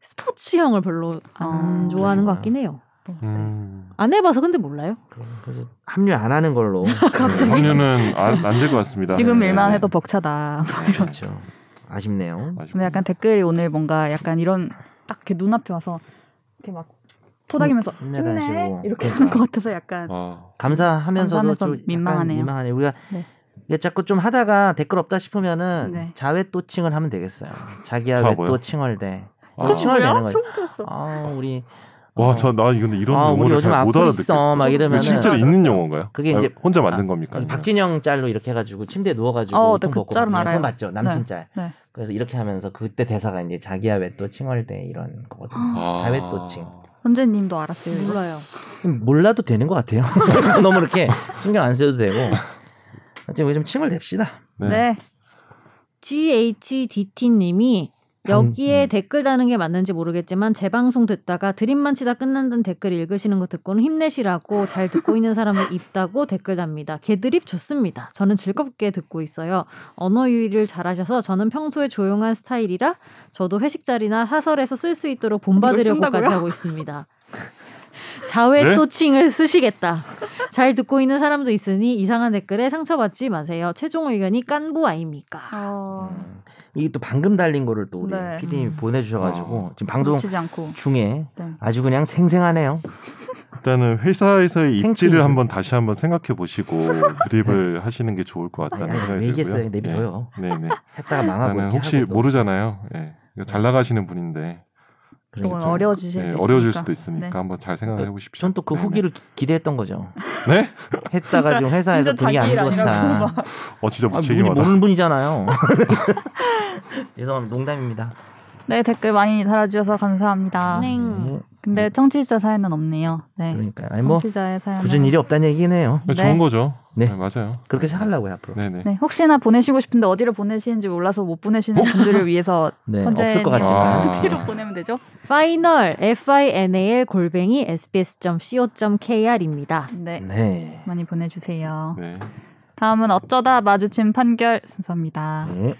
스포츠형을 별로 안
아,
좋아하는 것
그러시구나.
같긴 해요.
음.
안 해봐서 근데 몰라요.
그래서 합류 안 하는 걸로
갑자기?
확률은 안될 것
그러니까.
같습니다.
음. 지금
네,
일만
네.
해도 벅차다.
네, 그렇죠. 아쉽네요.
아쉽군요.
근데 약간 댓글이 오늘 뭔가 약간 이런 딱 이렇게 눈앞에 와서 이렇게 막 토닥이면서
힘내라
힘내
하시고.
이렇게
그러니까.
하는 것 같아서 약간
어.
감사하면서도
감사하면서
좀 약간
민망하네요.
민망하네요. 우리가
네.
이게 자꾸 좀 하다가 댓글 없다 싶으면은
네.
자외 또 칭을 하면 되겠어요. 자기야
자,
왜
뭐요?
또 칭얼대.
아,
어,
그렇죠. 칭얼대는
뭐야?
거지.
처음 들었어.
아 우리
와, 저 나 이건 이런
아, 우리
용어를
요즘
잘
아프고
못
있어.
알아듣겠어.
막 이러면은
실제로 있는 용어인가요?
그게
아,
이제
혼자 만든
아,
겁니까? 아니면?
박진영 짤로 이렇게 해가지고 침대에 누워가지고
어,
우통
네, 그
벗고
짤은
박진영.
알아요.
그건 맞죠 남친 짤
네.
그래서 이렇게 하면서 그때 대사가 이제 자기야 왜 또 칭얼 대 이런 거거든요
아.
자외고칭.
선재님도 알았어요. 이거?
몰라요.
몰라도 되는 것 같아요 그래서 너무 이렇게 신경 안 써도 되고 하여튼 요즘 칭얼 댑시다
네.
네.
GHDT님이
방-
여기에
음.
댓글 다는 게 맞는지 모르겠지만 재방송 듣다가 드림만 치다 끝난다는 댓글 읽으시는 거 듣고는 힘내시라고 잘 듣고 있는 사람이 있다고 댓글 답니다. 개드립 좋습니다. 저는 즐겁게 듣고 있어요. 언어 유희를 잘하셔서 저는 평소에 조용한 스타일이라 저도 회식 자리나 사설에서 쓸 수 있도록 본받으려고까지
쓴다고요?
하고 있습니다. 자외
네?
또칭을 쓰시겠다. 잘 듣고 있는 사람도 있으니 이상한 댓글에 상처받지 마세요. 최종 의견이 깐부 아닙니까?
어,
음. 이게 또 방금 달린 거를 또 우리
네.
PD님이
음.
보내주셔가지고
아.
지금 방송
놓치지 않고.
중에
네.
아주 그냥 생생하네요.
일단은 회사에서의
생필이죠.
입지를 한번 다시 한번 생각해 보시고 드립을 하시는 게 좋을 것 같다는
네. 아니,
생각이
내겠어요.
들고요.
내비둬요.
예. 네, 네.
했다가 망하고
나는
이렇게
혹시
하고 또
모르잖아요. 예. 이거 잘 나가시는 분인데
또
그러니까
오늘 어려워지실 수
예,
있으니까.
어려워질 수도 있으니까
네.
한번 잘 생각해 보십시오.
전 또 그 후기를 기- 기대했던 거죠.
네?
했다가 지금 회사에서
진짜
분위기 안
자기 일 아니라고
좋았다.
어
아, 누군지
진짜 무책임하다.
모르는 분이잖아요. 죄송합니다. 농담입니다.
네, 댓글 많이 달아주셔서 감사합니다.
네,
근데 청취자 사연은 없네요. 네.
그러니까 아니 뭐
청취자의 사연.
굳은 일이 없다는 얘기네요.
네.
좋은 거죠.
네.
네, 맞아요.
그렇게 생각하려고요 앞으로.
네, 네.
네, 혹시나 보내시고 싶은데 어디로 보내시는지 몰라서 못 보내시는
어?
분들을 위해서
네,
선재님
없을 것
아.
같지만
어디로 보내면 되죠?
파이널 final 골뱅이 sbs.co.kr입니다.
네,
네.
많이 보내주세요.
네.
다음은 어쩌다 마주친 판결 순서입니다.
네.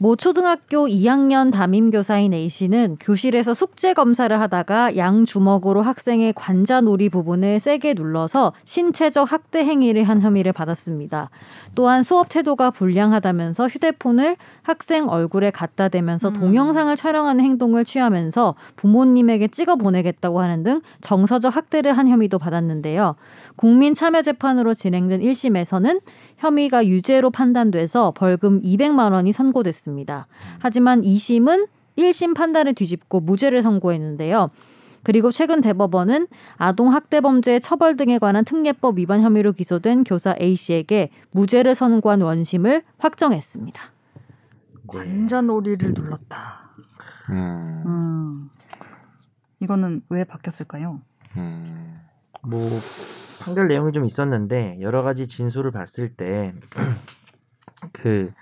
모 초등학교 2학년 담임교사인 A씨는 교실에서 숙제 검사를 하다가 양 주먹으로 학생의 관자놀이 부분을 세게 눌러서 신체적 학대 행위를 한 혐의를 받았습니다. 또한 수업 태도가 불량하다면서 휴대폰을 학생 얼굴에 갖다 대면서
음.
동영상을 촬영하는 행동을 취하면서 부모님에게 찍어 보내겠다고 하는 등 정서적 학대를 한 혐의도 받았는데요. 국민참여재판으로 진행된 1심에서는 혐의가 유죄로 판단돼서 벌금 200만 원이 선고됐습니다. 하지만 2심은 1심 판단을 뒤집고 무죄를 선고했는데요. 그리고 최근 대법원은 아동학대범죄 처벌 등에 관한 특례법 위반 혐의로 기소된 교사 A씨에게 무죄를 선고한 원심을 확정했습니다.
네.
아. 관자놀이를 눌렀다.
음.
음. 이거는 왜 바뀌었을까요?
음.
뭐 판결 내용이 좀 있었는데 여러 가지 진술을 봤을 때 그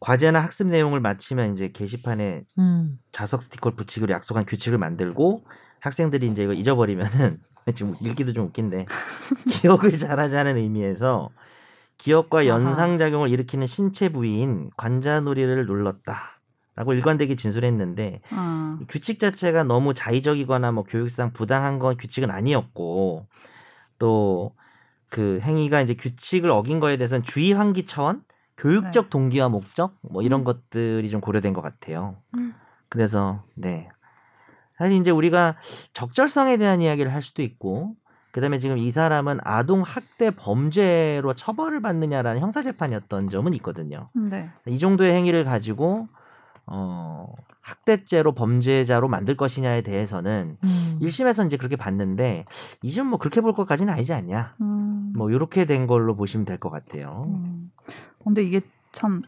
과제나 학습 내용을 마치면 이제 게시판에
음.
자석 스티커를 붙이기로 약속한 규칙을 만들고 학생들이 이제 이걸 잊어버리면은 지금 읽기도 좀 웃긴데 기억을 잘하자는 의미에서 기억과
아하.
연상작용을 일으키는 신체 부위인 관자놀이를 눌렀다라고 일관되게 진술했는데
아,
규칙 자체가 너무 자의적이거나 뭐 교육상 부당한 건 규칙은 아니었고 또 그 행위가 이제 규칙을 어긴 거에 대해서는 주의 환기 차원, 교육적 동기와 목적 뭐 이런 것들이 좀 고려된 것 같아요.
음.
그래서 네 사실 이제 우리가 적절성에 대한 이야기를 할 수도 있고 그다음에 지금 이 사람은 아동 학대 범죄로 처벌을 받느냐라는 형사 재판이었던 점은 있거든요.
네.
이 정도의 행위를 가지고 어, 학대죄로 범죄자로 만들 것이냐에 대해서는
음.
1심에서 이제 그렇게 봤는데 이쯤 뭐 그렇게 볼 것까지는 아니지 않냐.
음.
뭐 요렇게 된 걸로 보시면 될 것 같아요.
음. 근데 이게 참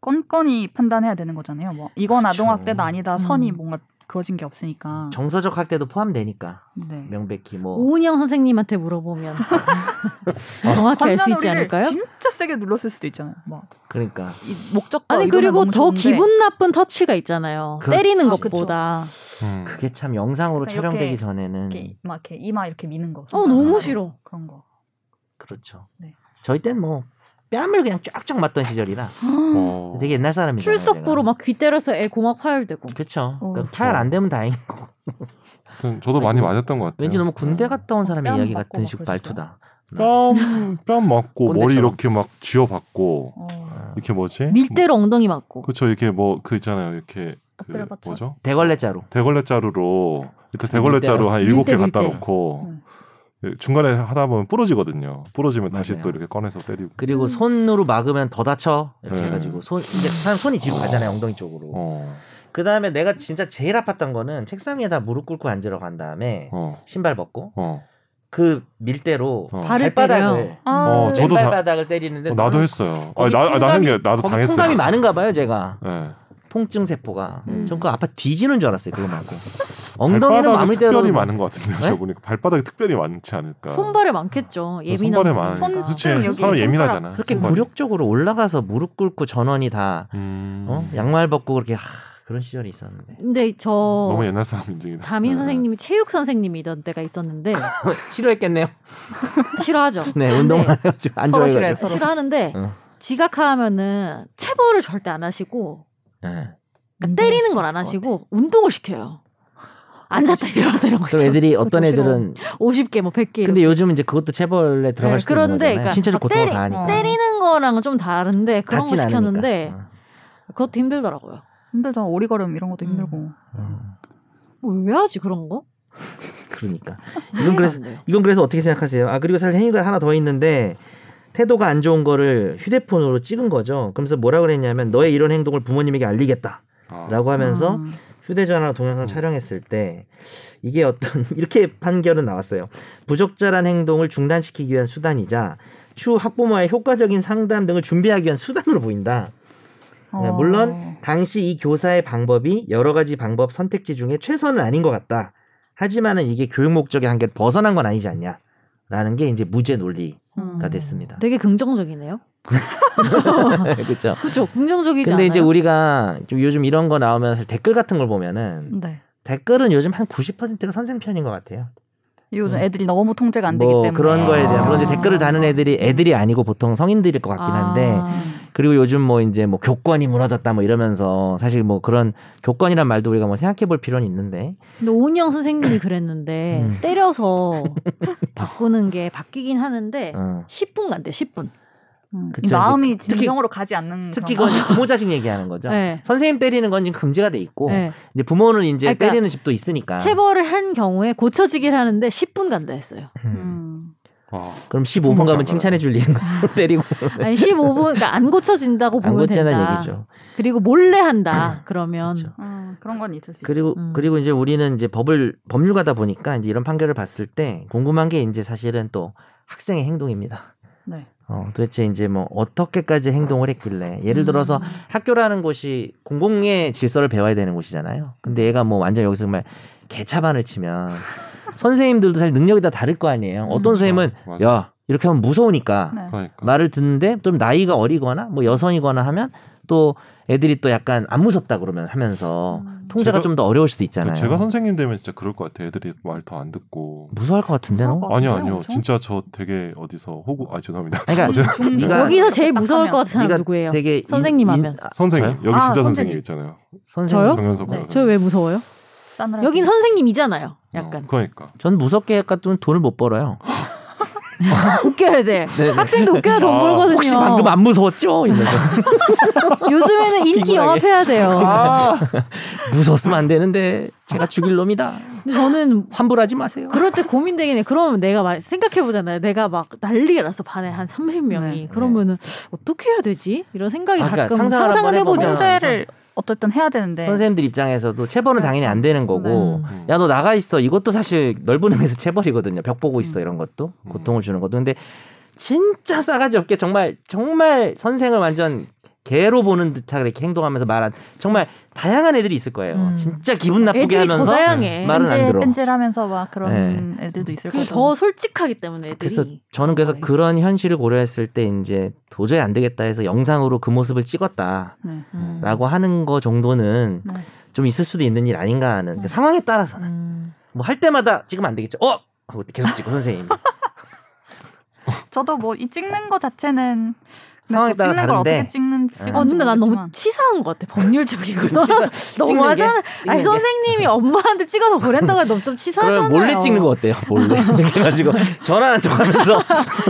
건건히 판단해야 되는 거잖아요. 뭐 이건
그쵸.
아동학대다 아니다 선이
음.
뭔가 그어진 게 없으니까.
그렇죠. 정서적 학대도 포함되니까
네.
명백히 뭐
오은영 선생님한테 물어보면
아.
정확히 알 수 있지
관자놀이를
않을까요?
진짜 세게 눌렀을 수도 있잖아요. 막
그러니까
이 목적과
아니
의도면
그리고
너무
더
좋은데
음.
기분 나쁜 터치가 있잖아요.
그렇죠.
때리는
아,
것보다.
음.
그게 참 영상으로
네. 그러니까 이렇게-
촬영되기 전에는
이렇게 막 이렇게 이마 이렇게 미는 거.
어 너무 싫어.
그런 거.
그렇죠.
네.
저희 땐 뭐 뺨을 그냥 쫙쫙 맞던 시절이라
어.
되게 옛날 사람이죠.
출석부로 막 귀 때려서 애 고막 파열되고.
그렇죠.
어.
그러니까 파열 안 되면 다행.
좀 저도 많이 맞았던 것 같아요. 음.
왠지 너무 군대 갔다 온 사람의
어. 뺨
이야기
맞고
같은
막
식
그러셨어요?
말투다.
뺨, 뺨 맞고 머리
꼰대처럼.
이렇게 막 쥐어박고
어.
어.
이렇게 뭐지?
밀대로
음.
엉덩이 맞고.
그렇죠. 이렇게 뭐 그 있잖아요. 이렇게 그
엎드려 받쳐?
뭐죠?
대걸레 자루.
대걸레 자루로 일단 대걸레
밀대요?
자루 한 일곱 개
밀대,
갖다
밀대.
놓고 예,
음.
네.
중간에 하다 보면 부러지거든요. 부러지면 다시
맞아요.
또 이렇게 꺼내서 때리고.
그리고
음.
손으로 막으면 더 다쳐 이렇게
네.
해가지고 손 이제 사람 손이 뒤로 가잖아요 엉덩이 쪽으로.
어,
그 다음에 내가 진짜 제일 아팠던 거는 책상 위에다 무릎 꿇고 앉으러 간 다음에
어,
신발 벗고
어,
그 밀대로
어.
발을 때려요.
발바닥을
아,
어, 저도 다-
발바닥을 때리는데
어, 나도
너무-
했어요. 아,
네, 거기
나, 아, 나는
통감이-
게 나도
거기
당했어요.
통감이 많은가 봐요 제가
네.
통증 세포가
음.
전 그거 아파 뒤지는 줄 알았어요 그거 말고 엉덩이는
발바닥이
마음대로
특별히 많은 것 같은데
네?
제가 보니까 발바닥이 특별히 많지 않을까. 네,
손발에 많겠죠.
네,
예민한
손발에 많아.
분이니까.
손등
그렇죠.
그치.
여기
사람
손가락
예민하잖아.
그렇게
손발이.
굴욕적으로 올라가서 무릎 꿇고 전원이 다
음.
어? 양말 벗고 그렇게 하, 그런 시절이 있었는데
근데 저
너무 옛날 사람 인증이다.
어, 담임
네.
선생님이 체육 선생님이던 때가 있었는데
싫어했겠네요.
싫어하죠.
네 운동 안 해가지고 안
서로 싫어해서.
좋아해가지고.
싫어하는데
응.
지각하면은 체벌을 절대 안 하시고
네.
그러니까 때리는 걸 안 하시고 운동을 시켜요. 앉았다 일어나서 이런 거
그럼
있죠.
애들이 어떤 애들은
50개 뭐 100개
근데 요즘 이제 그것도 체벌에 들어갈
네,
수도 있는
그런데
거잖아요.
그러니까
신체적
막
고통을
때리-
당하니까.
어.
때리는 거랑은 좀 다른데 그런 거
닿진
시켰는데
않으니까. 어,
그것도 힘들더라고요.
힘들죠. 오리걸음 이런 것도
음.
힘들고.
어, 어,
뭐 왜 하지 그런 거?
그러니까
이해가
이건 그래서
안 돼요.
이건 그래서 어떻게 생각하세요? 아 그리고 사실 행위가 하나 더 있는데 태도가 안 좋은 거를 휴대폰으로 찍은 거죠. 그러면서 뭐라 그랬냐면 너의 이런 행동을 부모님에게 알리겠다라고
아,
하면서
음.
휴대전화로 동영상
음.
촬영했을 때 이게 어떤 이렇게 판결은 나왔어요. 부적절한 행동을 중단시키기 위한 수단이자 추후 학부모와의 효과적인 상담 등을 준비하기 위한 수단으로 보인다. 네, 물론
어.
당시 이 교사의 방법이 여러 가지 방법 선택지 중에 최선은 아닌 것 같다. 하지만은 이게 교육 목적의 한계 벗어난 건 아니지 않냐라는 게 이제 무죄 논리가
음.
됐습니다.
되게 긍정적이네요.
그렇죠.
그렇죠. 긍정적이지
근데
않아요?
이제 우리가 좀 요즘 이런 거 나오면 사실 댓글 같은 걸
음.
보면은
네.
댓글은 요즘 한 90%가 선생 편인 것 같아요.
요즘
음.
애들이 너무 통제가 안 되기
뭐
때문에
그런 거에 대한
아.
그런 이제 댓글을 다는 애들이 애들이 아니고 보통 성인들일 것 같긴 한데
음.
아,
그리고 요즘 뭐 이제 뭐 교권이 무너졌다 뭐 이러면서 사실 뭐 그런 교권이란 말도 우리가 뭐 생각해 볼 필요는 있는데
근데 오은영 선생님이 그랬는데
음.
때려서 바꾸는 게 바뀌긴 하는데
어.
10분 간대 10분.
음.
그쵸, 이제
마음이
특히-
진정으로 가지 않는
특히
그런
그건 이제 부모 자식 얘기하는 거죠.
음, 네.
선생님 때리는 건 지금 금지가 돼 있고
네.
이제 부모는 이제
아, 그러니까
때리는 집도 있으니까
체벌을 한 경우에 고쳐지긴 하는데 10분 간다 했어요.
거.
음.
음.
아,
그럼 15분 가면
가면
칭찬해 줄 일인 가
아.
때리고
아니 15분 그러니까 안 고쳐진다고
안
보면 된다.
고치는 얘기죠.
그리고 몰래 한다. 그러면
그렇죠.
음, 그런 건 있을 수
그리고
음.
그리고 이제 우리는 이제 법을 법률가다 보니까 이제 이런 판결을 봤을 때 궁금한 게 이제 사실은 또 학생의 행동입니다.
있죠. 네.
어, 도대체 이제 뭐 어떻게까지 행동을 했길래 예를 들어서
음.
학교라는 곳이 공공의 질서를 배워야 되는 곳이잖아요. 근데 얘가 뭐 완전 여기서 정말 개차반을 치면 선생님들도 사실 능력이 다 다를 거 아니에요. 어떤
음.
선생님은
맞아.
야 이렇게 하면 무서우니까
네.
그러니까.
말을 듣는데 좀 나이가 어리거나 뭐 여성이거나 하면 또 애들이 또 약간 안 무섭다 그러면 하면서
음.
통제가
제가- 그
좀 더 어려울 수도 있잖아요.
그러니까 제가 선생님 되면 진짜 그럴 것 같아요. 애들이 말 더 안 듣고.
무서워할 것 같은데
무서울
너?
것 같아요.
아니요,
진짜요?
아니요.
엄청?
진짜 저 되게 어디서 호구. 아 죄송합니다.
그러니까
어제-
중-
네가-
여기서 제일 무서울
착하면.
것 같은 사람
네가
누구예요?
되게
선생님
인-
하면.
인- 아,
선생님
저요?
여기
아,
진짜
선생님.
선생님 있잖아요.
선생님
저요?
정연석
어.
네.
변호사.
저 왜 무서워요?
싸늘하게.
여긴 선생님이잖아요. 약간
어, 그러니까.
전 무섭게 약간 좀 돈을 못 벌어요.
웃겨야 돼.
네, 네.
학생도 웃겨야 돈
아,
벌거든요.
혹시 방금 안 무서웠죠? 이러면서
요즘에는 인기
빈곤하게.
영합해야 돼요.
아. 무서웠으면 안 되는데 제가 죽일 놈이다.
근데 저는
환불하지 마세요.
그럴 때 고민되긴 해. 그러면 내가 막 생각해 보잖아요. 내가 막 난리가 났어 반에 한 30명이.
네.
그러면은 어떻게 해야 되지? 이런 생각이
아, 그러니까
가끔
상상을
상상을
한번
해보죠.
해보면
통제를 어쨌든 해야
네.
되는데
선생님들 입장에서도 체벌은 당연히 안 되는 거고
음.
음.
야 너 나가 있어 이것도 사실 넓은 의미에서 체벌이거든요 벽 보고 있어
음.
이런 것도
음.
고통을 주는 것도 근데 진짜 싸가지 없게 정말 정말 선생을 완전 개로 보는 듯하게 이렇게 행동하면서 말한 정말 다양한 애들이 있을 거예요
음.
진짜 기분 나쁘게
애들이 더
하면서 네,
다양해.
말은 안 들어. 네.
뺀질뺀질하면서 막 그런 애들도 있을
그리고
거고
더 솔직하기 때문에 애들이.
그래서 저는 그래서
거예요.
그런 현실을 고려했을 때 이제 도저히 안 되겠다 해서 영상으로 그 모습을 찍었다
네.
음.
라고 하는 거 정도는
네.
좀 있을 수도 있는 일 아닌가 하는 그
음.
상황에 따라서는
음.
뭐 할 때마다 찍으면 안 되겠죠 어 하고 계속 찍고 선생님
저도 뭐 이 찍는 거 자체는
상황에
또
따라
찍는 걸 어떻게
다른데
찍는
네.
어,
찍었는지
근데 난 너무
모르겠지만.
치사한 것 같아. 법률적인 걸 떠나서 너무 하잖아. 아니 선생님이 엄마한테 찍어서 보낸다고 너무 좀 치사하잖아요.
그럼 몰래 찍는 거 어때요? 몰래 이렇게 해가지고 전화하는 척하면서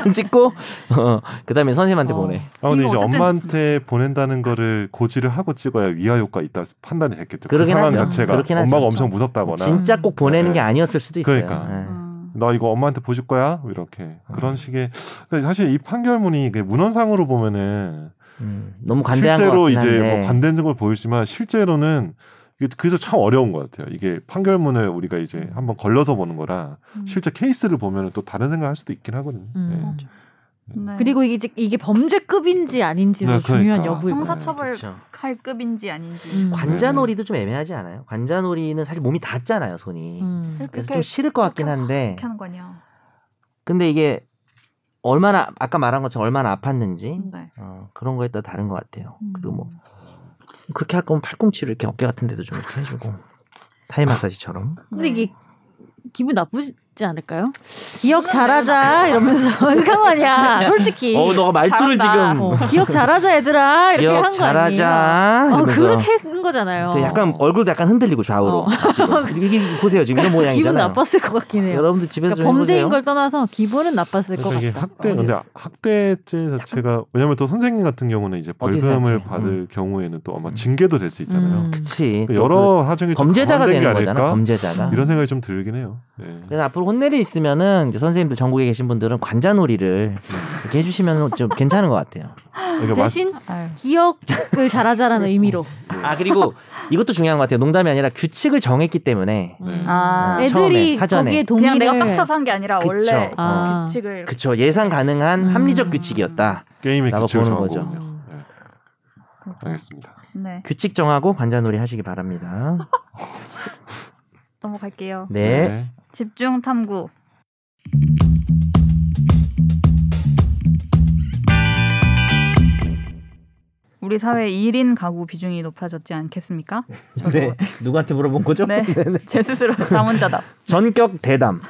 찍고 어, 그다음에 선생님한테
어.
보내.
아 근데
이거
이제
어쨌든-
엄마한테 보낸다는 거를 고지를 하고 찍어야 위화 효과 있다 판단이 됐겠죠. 그
그러긴
상황
하죠.
자체가
그렇긴 하죠.
엄마가 엄청 무섭다거나
진짜 꼭 보내는 게 아니었을 수도 있어요.
네. 그러니까.
예.
음.
나 이거 엄마한테 보실 거야? 이렇게
아.
그런 식의 근데 사실 이 판결문이 그 문헌상으로 보면은
음, 너무 관대한 것
실제로
같긴
이제
한데.
뭐 관대한 걸 보이지만 실제로는 이게 그래서 참 어려운 것 같아요. 이게 판결문을 우리가 이제
음.
한번 걸러서 보는 거라 실제 케이스를 보면은 또 다른 생각할 수도 있긴 하거든요.
음.
네.
그리고 이게, 이제- 이게 범죄급인지 아닌지도
네,
중요한
그러니까.
여부일 거예요.
형사- 처벌
그쵸.
칼 급인지 아닌지.
음.
관자놀이도 좀 애매하지 않아요? 관자놀이는 사실 몸이 닿잖아요, 손이.
음.
그래서
이렇게-
좀 싫을 것 같긴
이렇게
한데.
이렇게 하는 거냐.
근데 이게 얼마나 아까 말한 것처럼 얼마나 아팠는지
음.
네.
어, 그런 거에 따라 다른 것 같아요.
음.
그리고 뭐 그렇게 할 거면 팔꿈치를 이렇게 어깨 같은 데도 좀 이렇게 해주고 타이 마사지처럼.
근데 이게 기분 나쁘지 않을까요? 네. 기억 잘하자 이러면서 은강원이야 솔직히
어, 너가 말투를
잘한다.
지금
어, 기억 잘하자 얘들아 이렇게 한 거
기억 잘하자.
아니에요? 어,
이러면서.
그렇게 한 거잖아요.
그 약간 얼굴도 약간 흔들리고 좌우로.
어.
앞뒤로. 그리고 이게 보세요 지금 이런
기분
모양이잖아요.
나빴을 것 같긴 해요.
여러분들 집에서
그러니까
좀 해보세요.
범죄인 걸 떠나서 기분은 나빴을 것
그래서 이게
같다.
어,
학대 근데
예.
학대죄 자체가 왜냐면 또 선생님 같은 경우는 이제
어떻게
벌금을
생각해?
받을 경우에는 또 아마
음.
징계도 될 수 있잖아요.
음.
그치.
그러니까 여러 사정이
또 그-
좀
범죄자가
감안된 게
되는
아닐까?
거잖아. 범죄자가.
이런 생각이 좀 들긴 해요. 예.
그래서 앞으로 혼내를 있으면은 이제 선생님들 전국에 계신 분들은 관자놀이를 이렇게 해주시면 좀 괜찮은 것 같아요.
그러니까 마-
대신
아유.
기억을 잘하자라는 의미로.
예.
아 그리고 이것도 중요한 것 같아요. 농담이 아니라 규칙을 정했기 때문에
네.
아,
음.
애들이
처음에, 사전에.
거기에 동의를
그냥 내가 빡쳐서 한 게 아니라
그쵸.
원래
아.
규칙을 이렇게
그쵸 예상 가능한
음.
합리적 규칙이었다.
게임의
나가
규칙을 정한
보는 거죠. 그러니까.
거군요. 예.
그렇구나.
알겠습니다.
네
규칙 정하고 관자놀이 하시기 바랍니다.
넘어갈게요.
네.
네.
집중 탐구. 우리 사회 1인 가구 비중이 높아졌지 않겠습니까?
네.
저도
네.
누구한테 물어본 거죠?
네. 제 스스로 자문자다.
전격 대담.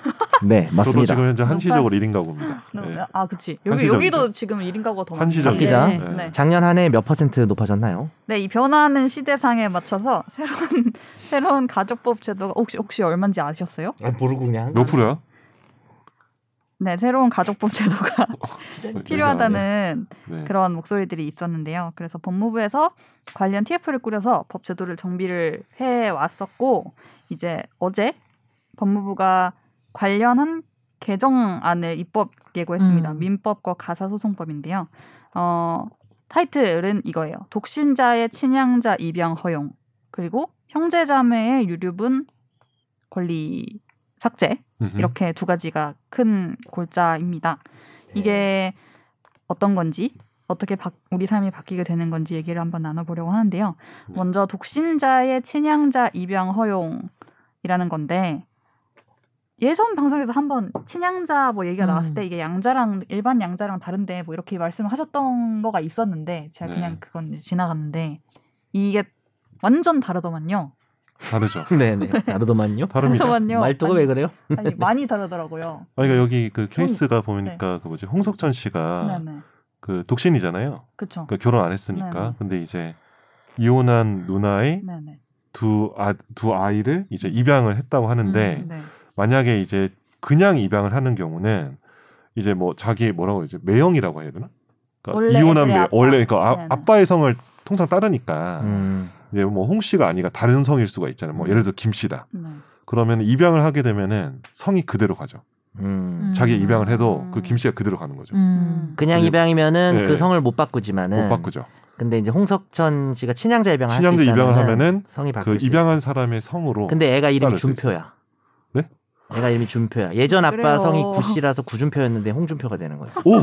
네
저도
맞습니다.
지금 현재 한시적으로 1인 가구입니다. 예.
아, 그치. 여기,
한시적이죠.
여기도 지금 1인 가구가 더
한시적.
많은데.
기자.
네.
예.
네.
작년 한 해 몇 퍼센트 높아졌나요?
네, 이 변화하는 시대상에 맞춰서 새로운 새로운 가족법 제도가 혹시 혹시 얼마인지 아셨어요?
아 모르고 그냥.
몇 프로야?
네, 새로운 가족법 제도가
네,
필요하다는
네.
그런 목소리들이 있었는데요. 그래서 법무부에서 관련 TF를 꾸려서 법 제도를 정비를 해 왔었고 이제 어제 법무부가 관련한 개정안을 입법 예고했습니다.
음.
민법과 가사소송법인데요. 어, 타이틀은 이거예요. 독신자의 친양자 입양 허용 그리고 형제자매의 유류분 권리 삭제
음흠.
이렇게 두 가지가 큰 골자입니다.
예.
이게 어떤 건지 어떻게 바- 우리 삶이 바뀌게 되는 건지 얘기를 한번 나눠보려고 하는데요.
음.
네.
먼저 독신자의 친양자 입양 허용이라는 건데 예전 방송에서 한번 친양자 뭐 얘기가 나왔을
음.
때 이게 양자랑 일반 양자랑 다른데 뭐 이렇게 말씀을 하셨던 거가 있었는데 제가
네.
그냥 그건 이제 지나갔는데 이게 완전 다르더만요.
다르죠.
네네. 다르더만요.
다릅니다.
말투가 왜 그래요?
아니, 아니, 많이 다르더라고요.
아, 그러니까 여기 그
네.
케이스가 보니까 그 뭐지 홍석천
아.
씨가
네네.
그 독신이잖아요.
그쵸.
그러니까 결혼 안 했으니까.
네.
근데 이제 이혼한 누나의
네네.
두, 아, 두 아이를 이제 입양을 했다고 하는데
음,
네.
만약에 이제 그냥 입양을 하는 경우는 이제 뭐 자기 뭐라고 이제 매형이라고 해야 되나?
원래
그러니까 이혼한
애들의
매
아빠.
원래 그러니까 아,
네네.
아빠의 성을 통상 따르니까
음.
이제 뭐 홍 씨가 아니라 다른 성일 수가 있잖아요. 뭐 예를 들어 김 씨다.
네.
그러면 입양을 하게 되면은 성이 그대로 가죠.
음.
자기
음.
입양을 해도 그 김 씨가 그대로 가는 거죠.
음.
그냥
네.
입양이면은
네.
그 성을 못 바꾸지만은
못 바꾸죠. 그
근데 이제 홍석천 씨가 친양자 입양을 할수
친양자 입양을 하면은
성이 바뀌
그
수
입양한 사람의 성으로
있어요. 근데 애가 이름이
따를 수
준표야.
네?
애가 이름이 준표야. 예전 아빠
그래요.
성이 구씨라서 구준표였는데 홍준표가 되는 거지.
오!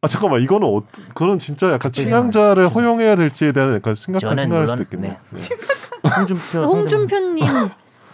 아 잠깐만 이거는 어 그런 진짜 약간
갑자기
친양자를 허용해야 될지에 대한 약간 심각한
저는
생각할
물론
수도 있겠네요. 네.
홍준표.
홍준표님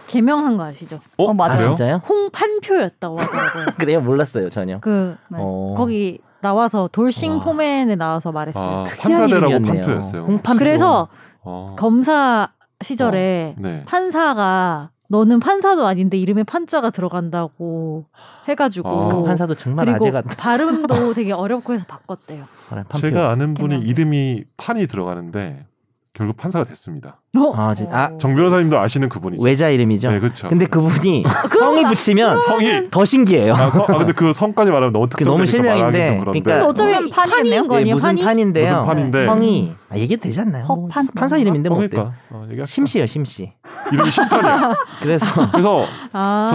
개명한 거 아시죠?
어,
어, 맞아요.
아,
그래요?
진짜요?
홍판표였다고 하더라고요.
그래요? 몰랐어요 전혀.
그
네.
어.
거기 나와서 돌싱
와.
포맨에 나와서 말했어요.
아,
특이한
판사대라고
이름이었네요.
판표였어요.
홍판표.
그래서
어.
검사 시절에
네.
판사가 너는 판사도 아닌데 이름에 판자가 들어간다고 해가지고
아,
판사도 정말 아재
그리고
같아.
발음도 되게 어렵고 해서 바꿨대요.
판표.
제가 아는 분이
개명돼.
이름이 판이 들어가는데 결국 판사가 됐습니다.
어?
아, 진짜. 아,
정 변호사님도 아시는 그분이죠.
외자 이름이죠.
네, 그렇죠.
근데 그분이 성을 붙이면
성이
더 신기해요.
아, 성, 아 근데 그 성까지 말하면 너무
그게 너무
특정되니까
실명인데,
말하기 좀 그런데
근데
그러니까
어차피
무슨 판이겠네요?
판인 거
예,
아니에요?
무슨
판이?
판인데요. 네.
무슨 판인데
성이 아, 얘기해도 되지 않나요? 뭐
허판?
판사 이름인데 뭐 어때요?
그러니까 어, 얘기합시다.
심씨요 심씨.
이름이 심판이야.
그래서
그래서
아.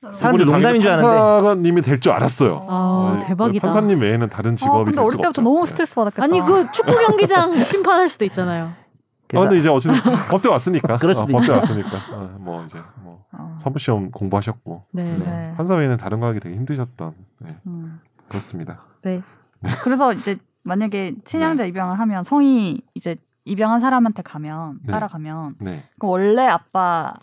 저는-
사람들이 농담인 줄 아는데
판사님이 될 줄 알았어요.
아,
네,
대박이다.
판사님 외에는 다른 직업이
아, 근데
될
어릴
수가
때부터
없죠.
너무
네.
스트레스 받았겠다.
아니 그 축구 경기장 심판할 수도 있잖아요.
아,
그래서
근데 이제 어쨌든 법대 왔으니까.
그럴 수도
어, 법대
있죠.
왔으니까. 어, 뭐 이제 뭐
어,
사무시험 공부하셨고
네.
네.
네.
판사 외에는 다른 거 하기 되게 힘드셨던 네,
음.
그렇습니다.
그래서 이제 만약에
네.
친양자 입양을 하면 성이 이제 입양한 사람한테 가면
네.
따라가면
네.
그 원래 아빠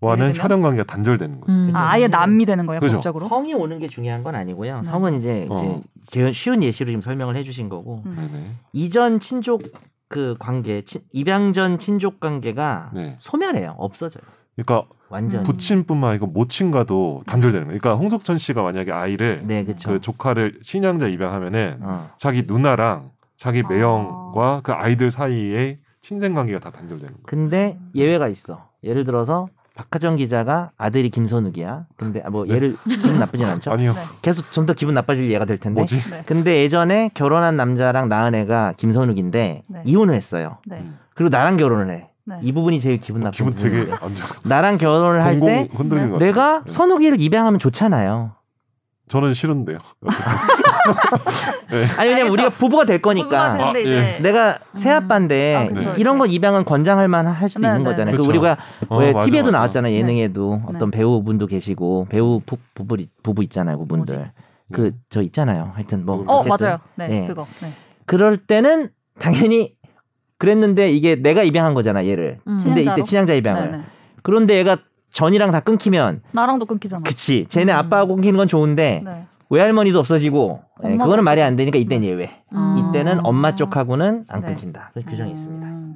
와는
예를 들면?
혈연 관계가 단절되는 거죠.
음.
그쵸.
아, 아예 남이 되는 거예요
그렇죠. 그죠.
법적으로.
성이 오는 게 중요한 건 아니고요.
네.
성은 이제
어.
이제 제- 쉬운 예시로 지금 설명을 해주신 거고
음.
네네.
이전 친족 그 관계 친- 입양 전 친족 관계가
네.
소멸해요. 없어져요.
그러니까
완전히.
음.
부친뿐만 아니고 모친과도 단절되는 거예요. 그러니까 홍석천 씨가 만약에 아이를
네, 그렇죠.
그 조카를 신양자 입양하면은
어.
자기 누나랑 자기
음. 아.
매형과 그 아이들 사이에 친생 관계가 다 단절되는 거예요.
근데 예외가 있어. 예를 들어서 박하정 기자가 아들이 김선욱이야. 근데 뭐
네.
얘를 기분 나쁘진 않죠.
아니요.
네.
계속 좀 더 기분 나빠질 예가 될 텐데.
뭐지?
네.
근데 예전에 결혼한 남자랑 낳은 애가 김선욱인데
네.
이혼을 했어요.
네.
음.
그리고 나랑 결혼을 해.
네.
이 부분이 제일 기분 나쁜
어, 기분 되게
부분이에요.
안 좋아.
나랑 결혼을 할
전공
때
흔들린 거 같아요.
내가
네.
선욱이를 입양하면 좋잖아요.
저는 싫은데요.
아니 왜냐면
알겠죠.
우리가 부부가 될
부부가
거니까 어, 네.
되는데
아, 예.
이제
내가 새 아빠인데
아, 그쵸.
이런 건 입양은 권장할 만할 수도
네,
있는
네,
거잖아요.
네.
그
그쵸.
우리가
어,
왜
맞아,
TV에도
맞아.
나왔잖아요. 예능에도 어떤 배우분도 계시고 배우 부, 부부 부부 있잖아요.
뭐지?
그분들 그 저 있잖아요. 하여튼 뭐
어
어쨌든
맞아요. 네,
네.
그거. 네.
그럴 때는 당연히 그랬는데 이게 내가 입양한 거잖아 얘를.
음.
근데
친양자로?
이때 친양자 입양을.
네, 네.
그런데 얘가 전이랑 다 끊기면
나랑도 끊기잖아.
그치 쟤네
음.
아빠가 끊기는 건 좋은데
네.
외할머니도 없어지고 예,
엄마도
그거는 말이 안 되니까 이땐 예외.
음.
이때는 엄마 쪽하고는 안
네.
끊긴다. 그런 규정이 있습니다.
음.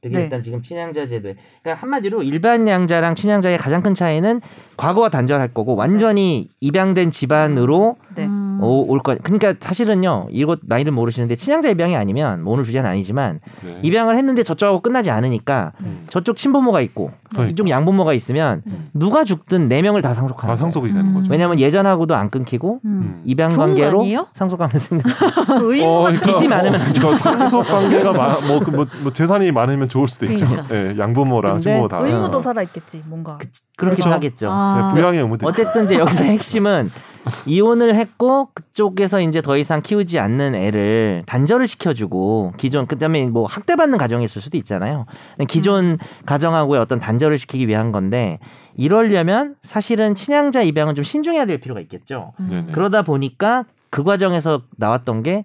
그게
네.
일단 지금 친양자 제도에 그러니까 한마디로 일반 양자랑 친양자의 가장 큰 차이는 과거와 단절할 거고 완전히 입양된 집안으로
네.
음.
오- 올 거. 그러니까 사실은요. 이것 나이를 모르시는데 친양자 입양이 아니면 뭐 오늘 주제는 아니지만
네.
입양을 했는데 저쪽하고 끝나지 않으니까
음.
저쪽 친부모가 있고
그러니까.
이쪽 양부모가 있으면
음.
누가 죽든 네 명을 다 상속하는
다
거예요.
상속이 되는
음.
거죠.
왜냐하면 예전하고도 안 끊기고
음.
음.
입양
좋은 거
관계로
아니에요?
상속하면 생각.
그 의무
어, 그러니까
빚이 많으면 안
그러니까 상속 관계가 많, 뭐, 그 뭐, 뭐 재산이 많으면 좋을 수도 있죠.
그러니까.
예, 양부모랑
근데
친부모 다.
의무도 살아 있겠지 뭔가.
그렇게
그렇죠.
하겠죠.
아.
네, 부양의 의무도 있죠.
어쨌든 이제 여기서 핵심은 이혼을 했고 그쪽에서 이제 더 이상 키우지 않는 애를 단절을 시켜주고 기존 그다음에 뭐 학대받는 가정이 있을 수도 있잖아요.
음.
기존 가정하고의 어떤 단절을 시키기 위한 건데 이러려면 사실은 친양자 입양은 좀 신중해야 될 필요가 있겠죠.
음.
네네.
그러다 보니까 그 과정에서 나왔던 게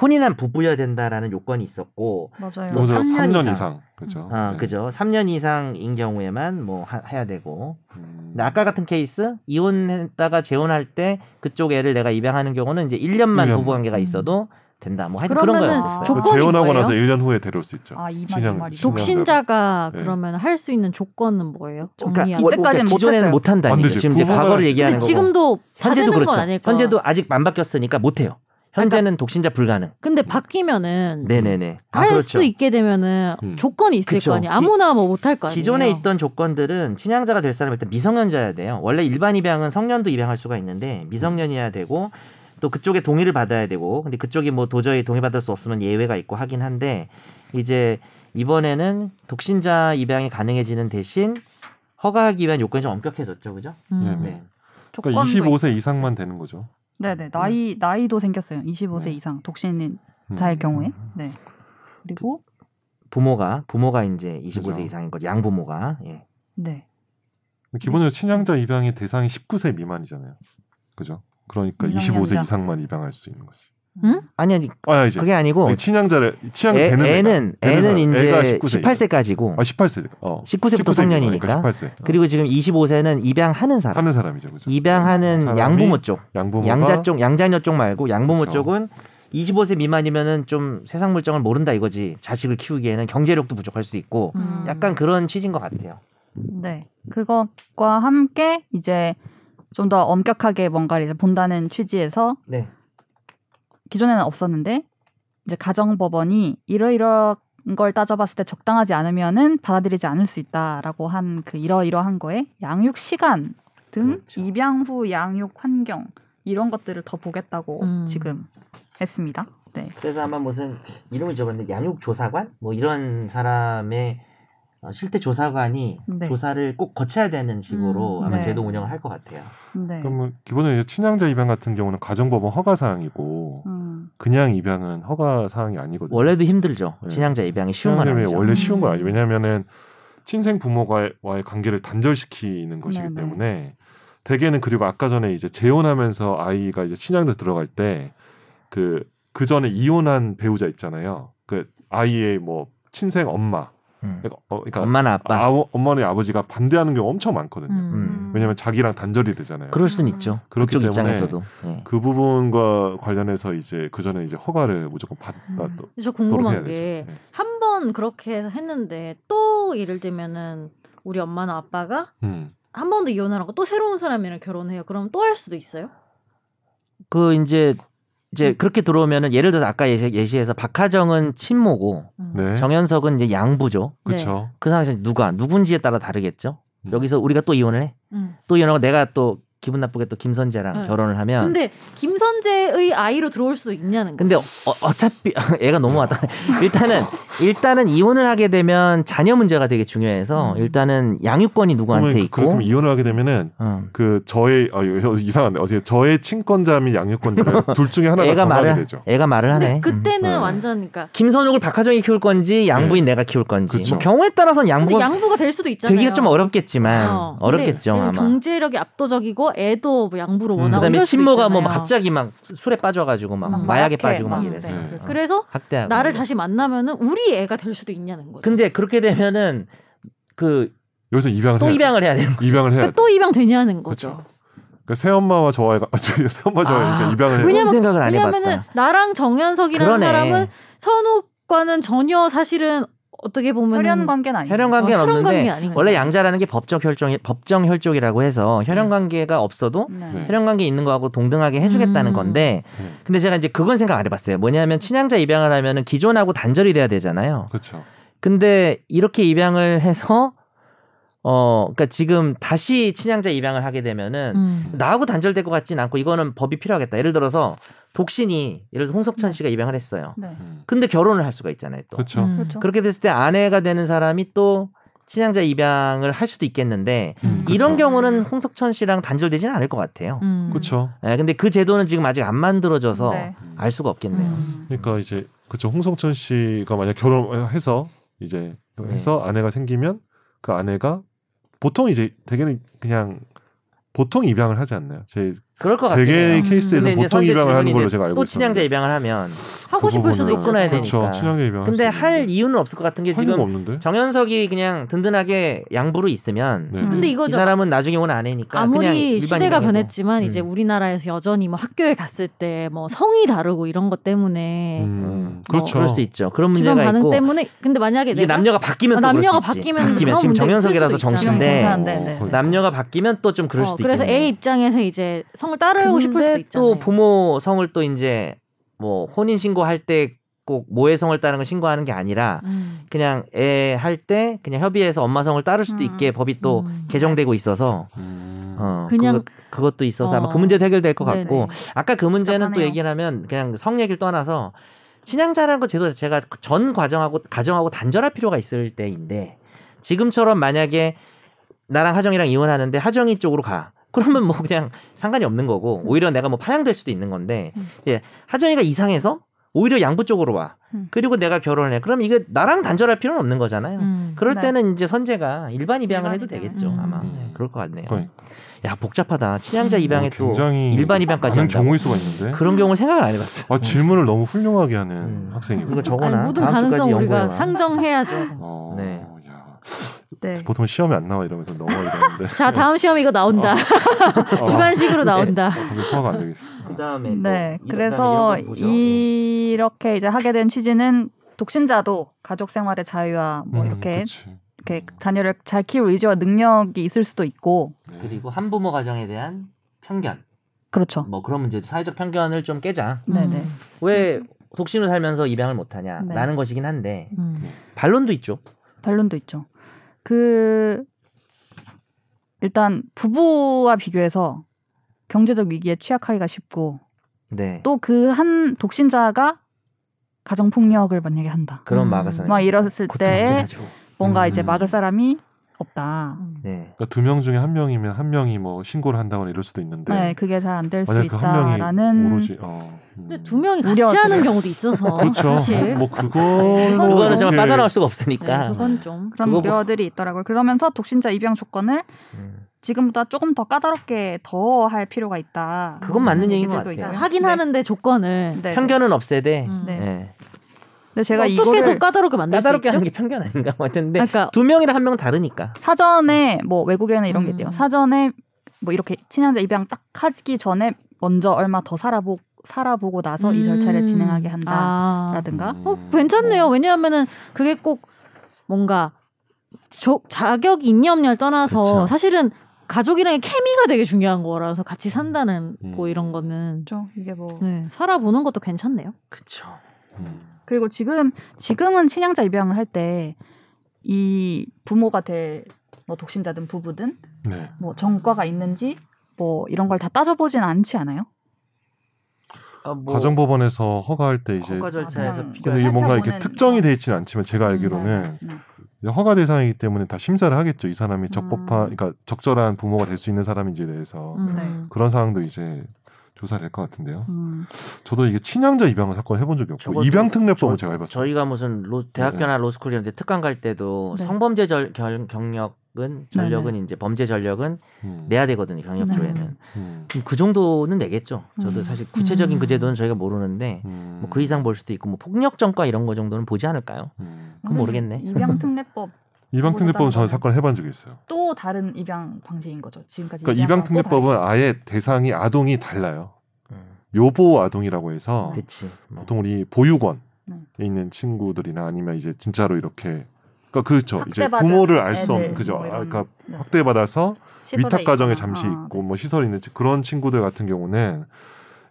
혼인한 부부여야 된다라는 요건이 있었고
맞아요.
뭐
요새
삼년 이상.
3년 이상. 그죠.
아
네.
그죠. 3년 이상인 경우에만 뭐 하- 해야 되고
음.
근데 아까 같은 케이스 이혼했다가 재혼할 때 그쪽 애를 내가 입양하는 경우는 이제 1년만
일 년. 음.
부부 관계가 있어도 된다. 뭐 하여튼 그런
그러면은
거였었어요.
조-
그
조건이
재혼하고
뭐예요?
나서 1년 후에 데려올 수 있죠.
아, 이말
친양-
이 말이.
친양자로.
독신자가
네.
그러면 할 수 있는 조건은 뭐예요? 정리 안
뭐- 이때까지는 못했어요.
기존에는 못 한다.
안 되죠.
지금 이제
그러니까 부부가
과거를
할수
어, 그러니까 얘기하는
근데
거고.
지금도 다
현재도
되는
그렇죠.
건 아닐까?
현재도 아직 안 바뀌었으니까 못 해요. 현재는 독신자 불가능.
음.
근데 바뀌면은
네, 네, 네. 아,
할 수
그렇죠.
있게 되면은
음.
조건이 있을
그쵸.
거 아니에요.
기-
아무나 뭐 못할 거 아니에요.
기존에 있던 조건들은 친양자가 될 사람은 일단 미성년자여야 돼요. 원래 일반 입양은 성년도 입양할 수가 있는데 미성년이어야 되고 또 그쪽에 동의를 받아야 되고 근데 그쪽이 뭐 도저히 동의받을 수 없으면 예외가 있고 하긴 한데 이제 이번에는 독신자 입양이 가능해지는 대신 허가하기 위한 요건이 좀 엄격해졌죠, 그죠?
음.
네.
조건도
그러니까 25세 이상만 되는 거죠.
네네 나이 나이도 생겼어요. 25세
네.
이상 독신인
음.
자일 경우에 네 그리고
부모가 부모가 이제 25세
그죠.
이상인 것, 양부모가 예.
네
기본적으로 친양자 입양의 대상이 19세 미만이잖아요. 그죠? 그러니까
미성년자.
25세 이상만 입양할 수 있는 거지.
응?
아니 아니
아 이제
그게 아니고
아니, 친양자를 친양
애,
되는
는
애가, 되는
애는
사람, 애가
이제
19세.
18세까지고
아 18세. 어.
19세부터
19세 미만이니까
성년이니까
18세. 어.
그리고 지금 25세는 입양하는 사람.
하는 사람이죠. 그죠?
입양하는
사람이
양부모 쪽,
양부모가
양자 쪽, 양자녀 쪽 말고 양부모
그렇죠.
쪽은 25세 미만이면은 좀 세상 물정을 모른다 이거지. 자식을 키우기에는 경제력도 부족할 수도 있고
음.
약간 그런 취지인 것 같아요.
네. 그것과 함께 이제 좀 더 엄격하게 뭔가를 이제 본다는 취지에서
네.
기존에는 없었는데 이제 가정법원이 이러이러한 걸 따져봤을 때 적당하지 않으면은 받아들이지 않을 수 있다라고 한 그 이러이러한 거에 양육 시간 등
그렇죠.
입양 후 양육 환경 이런 것들을 더 보겠다고
음.
지금 했습니다. 네.
그래서 아마 무슨 이름을 적었는데 양육조사관 뭐 이런 사람의 어, 실태 조사관이
네.
조사를 꼭 거쳐야 되는 식으로
음,
아마
네.
제도 운영을 할 것 같아요.
네.
그러면 기본적으로 이제 친양자 입양 같은 경우는 가정법원 허가 사항이고
음.
그냥 입양은 허가 사항이 아니거든요.
원래도 힘들죠.
네.
친양자 입양이 쉬운 건
친양자 입양이
아니죠.
원래 쉬운
음.
건 아니죠. 왜냐하면은 친생 부모와의 관계를 단절시키는 것이기
네네.
때문에 대개는 그리고 아까 전에 이제 재혼하면서 아이가 이제 친양자 들어갈 때 그 그 전에 이혼한 배우자 있잖아요. 그 아이의 뭐 친생 엄마,
음.
그러니까, 어, 그러니까
엄마나 아빠.
아우- 엄마나 아버지가 반대하는 경우 엄청 많거든요.
음.
왜냐하면 자기랑 단절이 되잖아요.
그럴 순 있죠.
그렇기
그쪽
때문에
입장에서도. 예.
그 부분과 관련해서 이제 그 전에 이제 허가를 무조건 받았던 음.
근데 저
해야
궁금한
되죠.
게
네.
한 번 그렇게 해서 했는데 또 예를 들면은 우리 엄마나 아빠가
음.
한 번 더 이혼하라고 또 새로운 사람이랑 결혼해요. 그럼 또 할 수도 있어요?
그 이제
음.
이제 그렇게 들어오면은 예를 들어서 아까 예시, 예시에서 박하정은 친모고
음.
네.
정현석은 이제 양부죠.
그렇죠.
그 상황에서 누가 누군지에 따라 다르겠죠.
음.
여기서 우리가 또 이혼을 해.
음.
또 이혼하고 내가 또 기분 나쁘게 또 김선재랑
네.
결혼을 하면 근데,
근데 김선재의 아이로 들어올 수도 있냐는 거.
어, 차피 애가 너무 왔다. 일단은 일단은 이혼을 하게 되면 자녀 문제가 되게 중요해서
음.
일단은 양육권이 누구한테
그러면
있고
그렇게 이혼을 하게 되면은
어,
그 저의 아 이거 이상한데 어제 저의 친권자 및 양육권자를 둘 중에 하나가
애가
정하게
말을
되죠.
애가 말을
근데
하네. 음.
그때는
네.
완전 그러니까
김선욱을 박하정이 키울 건지 양부인 내가 키울 건지
그쵸.
뭐 경우에 따라서는
근데
양부가
양부가 될 수도 있잖아요.
되기가 좀 어렵겠지만 어, 렵겠죠
근데 그
아마.
경제력이 압도적이고 애도 뭐 양부로
음.
원하고
그다음에
이럴 수도
친모가 뭐
있잖아요. 음,
갑자기 막 술에 빠져가지고 막
막 마약해,
마약에 빠지고
막,
막 이랬어.
네.
요
그래서
학대하고.
나를 다시 만나면은 우리 애가 될 수도 있냐는 거죠.
근데 그렇게 되면은 그 또
여기서 입양을 해야 돼요.
입양을 해야 되는 거죠.
입양을 해야
그러니까
돼.
또 입양 되냐는 거죠.
그러니까 새엄마와 저와의 관- 새엄마 저와의
아,
그러니까 입양을 해야
왜냐-
돼.
그런 생각을 안
왜냐면은
해봤다.
나랑 정현석이라는
그러네.
사람은 선욱과는 전혀 사실은 어떻게 보면
혈연 관계는 아니죠.
혈연 관계는
혈연
없는데
관계 아닌 거죠.
원래
네.
양자라는 게 법정 혈정 법정 혈족이라고 해서 혈연 관계가 없어도
네.
혈연 관계 있는 거하고 동등하게 해주겠다는
음.
건데
음.
근데 제가 이제 그건 생각 안 해봤어요. 뭐냐면 친양자 입양을 하면은 기존하고 단절이 돼야 되잖아요.
그렇죠.
근데 이렇게 입양을 해서 어 그러니까 지금 다시 친양자 입양을 하게 되면은
음.
나하고 단절될 것 같진 않고 이거는 법이 필요하겠다. 예를 들어서 독신이 예를 들어서 홍석천
네.
씨가 입양을 했어요.
네.
음.
근데 결혼을 할 수가 있잖아요. 또
그렇죠.
음.
그렇죠.
그렇게 됐을 때 아내가 되는 사람이 또 친양자 입양을 할 수도 있겠는데
음.
그쵸.
이런 경우는 홍석천 씨랑 단절되지는 않을 것 같아요.
음.
그렇죠.
예, 근데 그 제도는 지금 아직 안 만들어져서
네.
음.
알 수가 없겠네요.
음.
그러니까 이제 그쵸 홍성천 씨가 만약 결혼해서 이제
네.
해서 아내가 생기면 그 아내가 보통 이제 대개는 그냥 보통 입양을 하지 않나요? 제
그럴 것 같아요.
대개의
음.
케이스에서
근데 이제
보통
선제
입양을 하는
질문이
걸로
이제
제가 알고
또 친양자
있어요.
입양을 하면
하고
그
싶을 수도
또 끊어야
있잖아요.
되니까.
그렇죠. 친양자 입양.
근데 할 이유는 없을 것 같은 게
지금
지금
없는데.
정현석이 그냥 든든하게 양부로 있으면
네.
음. 근데
이
이거죠.
사람은 나중에 온 아내니까 그러니까 그냥
아무리
일반
시대가
입양이고.
변했지만
음.
이제 우리나라에서 여전히 뭐 학교에 갔을 때 뭐 성이 다르고 이런 것 때문에
음,
뭐
그렇죠.
네. 그럴 수 있죠. 그런
주변
문제가
반응
있고
때문에 근데 만약에
이게
내가
남녀가 바뀌면
아,
또 그럴
남녀가
수 있지.
바뀌면
바뀌면
그런
지금
문제일
정현석이라서
수도 있잖아요.
정신데
괜찮아요. 네, 네, 네.
남녀가 바뀌면 또 좀 그럴
어,
수도
그래서
있겠네요.
A 입장에서 이제 성을 따르고 싶을 수도
근데
있잖아요.
또 부모 성을 또 이제 뭐 혼인 신고할 때 꼭 모의 성을 따는 걸 신고하는 게 아니라
음.
그냥 애 할 때 그냥 협의해서 엄마 성을 따를
음.
수도 있게 법이 또
음.
개정되고 있어서
음.
어,
그냥-
그것도 있어서 아마
어.
그 문제도 해결될 것
네네.
같고 아까 그 문제는 또
복잡하네요.
얘기를 하면 그냥 성 얘기를 떠나서 신양자라는 거 제도 자체가 전 과정하고 가정하고 단절할 필요가 있을 때인데 지금처럼 만약에 나랑 하정이랑 이혼하는데 하정이 쪽으로 가 그러면 뭐 그냥 상관이 없는 거고 오히려 내가 뭐 파양될 수도 있는 건데
음.
예 하정이가 이상해서 오히려 양부 쪽으로 와
음.
그리고 내가 결혼해 그럼 이게 나랑 단절할 필요는 없는 거잖아요
음.
그럴
네. 때는
때는 이제 선재가 일반 입양을
일반 해도
해도
입양.
되겠죠
되겠죠, 음.
아마
아마.
네,
그럴 것 같네요.
그러니까.
야 복잡하다. 친양자
음.
입양에 또
굉장히
일반 입양까지
많은
한다고.
경우일 수가 있는데.
그런 경우를 생각을 안 해봤어.
아, 질문을 너무 훌륭하게 하는
네? 음.
학생이고.
이거 적어놔.
아니, 모든
다음
가능성
주까지
우리가
연구해봐.
상정해야죠.
어,
네.
야.
네.
보통 시험에 안 나와 이러면서 넘어 이러는데.
자 다음 시험 이거 나온다.
어,
주관식으로
네.
나온다.
어, 근데 소화가 안 되겠어.
그다음에
네. 그래서 이렇게 이제 하게 된 취지는 독신자도 가족 생활의 자유와 뭐
음,
이렇게
그치.
이렇게 자녀를 잘 키울 의지와 능력이 있을 수도 있고
네.
그리고 한부모 가정에 대한 편견
그렇죠.
뭐 그런 문제 사회적 편견을 좀 깨자.
음.
네네.
왜 독신으로 살면서 입양을 못하냐
네.
라는 것이긴 한데
음.
반론도 있죠.
반론도 있죠. 그 일단 부부와 비교해서 경제적 위기에 취약하기가 쉽고
네.
또 그 한 독신자가 가정 폭력을 만약에 한다.
그런
음.
네. 마가사는
막 이랬을 때에 뭔가 이제
음.
막을 사람이 없다.
음.
네.
그러니까 두 명 중에 한 명이면 한 명이 뭐 신고를 한다거나 이럴 수도 있는데
네, 그게 잘 안 될 수
만약 그 한 명이
있다라는
오로지 어. 음.
근데 두 명이 같이
우려가
하는
돼요.
경우도 있어서
그렇죠.
사실
뭐 그걸
어,
그거는 정말
그-
빠져나올
네,
수가 없으니까.
그건 좀
그런
그거 뭐-
우려들이 있더라고요. 그러면서 독신자 입양 조건을
음.
지금보다 조금 더 까다롭게 더 할 필요가 있다.
그건 맞는
그런
얘기인 것
얘기들도
같아요.
있고요.
음, 하긴
네.
하는데 조건을
네, 네.
편견은 없애되
음.
네.
네.
근데 제가
어떻게
이거를
더 까다롭게 만들 수
까다롭게
있죠?
하는 게 편견 아닌가 뭐 하여튼 근데
그러니까
두 명이랑 한 명 다르니까.
사전에 뭐 외국에는 이런 게 있대요.
음.
사전에 뭐 이렇게 친양자 입양 딱 하기 전에 먼저 얼마 더 살아보 살아보고 나서 이 절차를
음.
진행하게 한다. 음.
아.
라든가
음.
어, 괜찮네요. 왜냐하면은 그게 꼭 뭔가 조- 자격이 있냐 없냐를 떠나서
그쵸.
사실은 가족이랑의 케미가 되게 중요한 거라서 같이 산다는
음.
거 이런 거는
그렇죠. 이게 뭐
음.
네, 살아보는 것도 괜찮네요.
그쵸.
음.
그리고 지금 지금은 친양자 입양을 할 때 이 부모가 될 뭐 독신자든 부부든
네.
뭐 전과가 있는지 뭐 이런 걸 다 따져보진 않지 않아요?
아, 뭐
가정법원에서 허가할 때 이제
허가 절차에서
그냥-
근데 이게
필요한
뭔가 이렇게
음.
살펴보는-
특정이 돼 있지는 않지만 제가
네.
알기로는
음.
이제 허가 대상이기 때문에 다 심사를 하겠죠. 이
음.
사람이 적법한, 그러니까 적절한 부모가 될 수 있는 사람인지에 대해서
음.
네.
그런 상황도 이제 조사될 것 같은데요.
음.
저도 이게 친양자 입양을 사건 해본 적이 없고
저것도-
입양 특례법을
저-
제가 해봤어요.
저희가 무슨 로,
네.
대학교나 로스쿨 이런 데 특강 갈 때도
네.
성범죄 절, 결, 경력은 전력은 이제 범죄 전력은
음.
내야 되거든요. 경력
네.
조에는.
음.
그럼 그 정도는 내겠죠. 저도
음.
사실 구체적인
음.
그 제도는 저희가 모르는데
음.
뭐 그 이상 볼 수도 있고 뭐 폭력 전과 이런 거 정도는 보지 않을까요?
음.
그건 모르겠네.
입양 특례법
입양 특례법은 저는
거는-
사건을 해본 적이 있어요.
또 다른 입양 방식인 거죠. 지금까지
그러니까 입양
입양하고
특례법은 아예 대상이 아동이 달라요.
음.
요보 아동이라고 해서
그렇지. 뭐.
어. 보통 우리 보육원에
네.
있는 친구들이나 아니면 이제 진짜로 이렇게 그러니까 그렇죠. 이제
학대받은
부모를 알 수 없는
애들
그죠.
뭐 이런-
아, 그러니까
네.
학대받아서
시설에
위탁 가정에
있거나.
잠시
아,
있고 뭐 시설이 있는 지- 그런 친구들 같은 경우는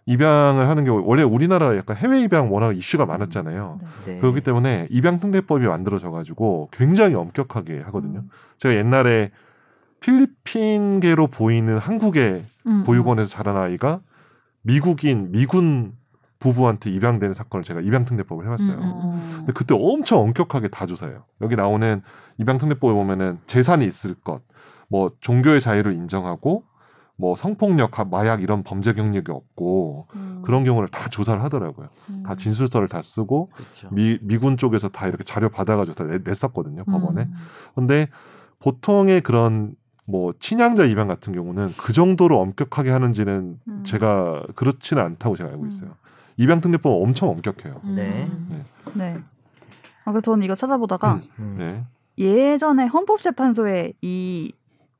입양을 하는 경우 원래 우리나라 약간 해외 입양 워낙 이슈가 많았잖아요.
네.
음.
네.
그렇기 때문에 입양 특례법이 만들어져 가지고 굉장히 엄격하게 하거든요.
음.
제가 옛날에 필리핀계로 보이는 한국의
음.
보육원에서 자란 아이가 미국인 미군 부부한테 입양되는 사건을 제가 입양 특례법을 해봤어요.
음, 음.
근데 그때 엄청 엄격하게 다 조사해요. 여기 나오는 입양특례법에 보면은 재산이 있을 것, 뭐 종교의 자유를 인정하고, 뭐 성폭력, 가- 마약 이런 범죄 경력이 없고
음.
그런 경우를 다 조사를 하더라고요.
음.
다 진술서를 다 쓰고
그렇죠.
미, 미군 쪽에서 다 이렇게 자료 받아가지고 다 내- 냈었거든요 법원에.
음.
근데 보통의 그런 뭐 친양자 입양 같은 경우는 그 정도로 엄격하게 하는지는
음.
제가 그렇지는 않다고 제가 알고
음.
있어요. 입양특례법 엄청 엄격해요.
네.
음.
네. 아, 그래서 저는 이거 찾아보다가
음.
네.
예전에 헌법재판소에 이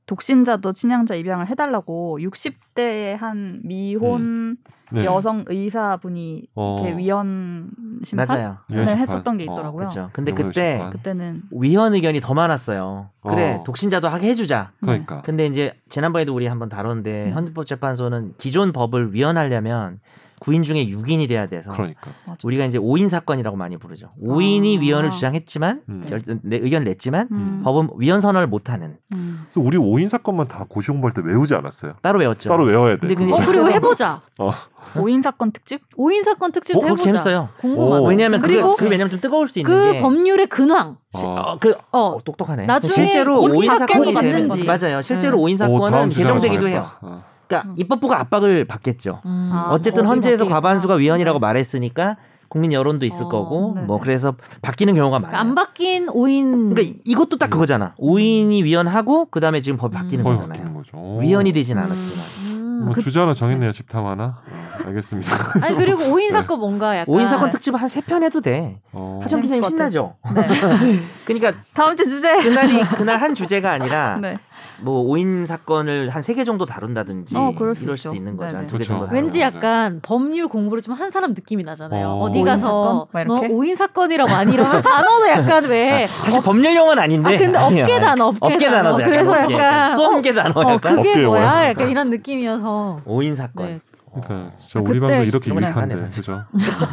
독신자도 친양자 입양을 해달라고 60대의 한 미혼
네.
여성 의사분이
어.
이렇게 위헌 심판을
맞아요.
예, 심판.
했었던 게
어,
있더라고요.
그렇죠. 근데
영어의
그때
심판.
그때는 네,
위헌 의견이 더 많았어요. 그래
어.
독신자도 하게 해주자.
그러니까.
근데 이제 지난번에도 우리 한번 다뤘는데
음.
헌법재판소는 기존 법을 위헌하려면 9인 중에 6인이 돼야 돼서
그러니까.
우리가 이제 5인 사건이라고 많이 부르죠. 5인이
아.
위헌을 주장했지만
음.
결, 내 의견 냈지만
음,
법은 위헌 선언을 못하는
음.
그래서 우리 5인 사건만 다 고시 공부할 때 외우지 않았어요.
따로 외웠죠.
따로 외워야 돼.
근데 그게
어
그거.
실제로-
그리고 해보자.
5인 사건 특집?
5인 사건 특집
어,
도
그거
해보자.
재밌어요.
궁금하다.
오.
왜냐하면 그게,
그리고
그게 왜냐면 좀 뜨거울 수 있는
그
게
법률의 근황.
아,
어, 그
어,
어, 똑똑하네.
나중에
실제로
고기
5인
사건이
사건이 되는
됐는지.
맞아요. 실제로
네.
오 5인
오,
그 사건은
어, 다음 주제로
개정되기도 해요.
정했다. 아.
그러니까
음.
입법부가 압박을 받겠죠.
음.
아,
어쨌든
법이
헌재에서
바뀌겠구나.
과반수가 위헌이라고
네.
말했으니까 국민 여론도 있을
어,
거고
네네.
뭐 그래서 바뀌는 경우가 많아요.
안 바뀐 5인
그러니까 이것도
음.
딱 그거잖아. 5인이 위헌하고 그다음에 지금 법이
음.
바뀌는
거의 바뀌는
거잖아요.
거죠.
위헌이 되진 않았지만.
음.
뭐
그-
주제 하나 정했네요. 집탐 하나. 어, 알겠습니다.
아니 그리고 5인
네.
사건 뭔가 약간
5인 사건 특집 한 3편 해도 돼.
아,
어.
하정 기자님 신나죠?
네.
그러니까
다음 주 주제.
그날이 그날 한 주제가 아니라
네.
뭐 5인 사건을 한 3개 정도 다룬다든지
어, 그럴 수
이럴
있죠.
수도 있는 거죠.
네네.
한두개
그쵸.
정도 다루고.
왠지
맞아요.
약간 법률 공부를 좀 한 사람 느낌이 나잖아요.
어.
어, 디
오인
가서
사건? 막
너
이렇게?
5인 사건이라고 안 이러면 단어도 약간 왜
사실 법률 용어는 아닌데.
아, 근데
아, 아니에요.
업계 단어, 업계 단어.
단어죠.
그래서
약간 업계.
약간-
수험계 단어
어,
약간
그게
어깨에
뭐야?
와요.
약간 이런 느낌이어서
오 5인 사건.
네.
그러니까 진짜 우리
아, 그때-
방송 이렇게
그러면
유익한데,
안 해,
그죠?
그쵸.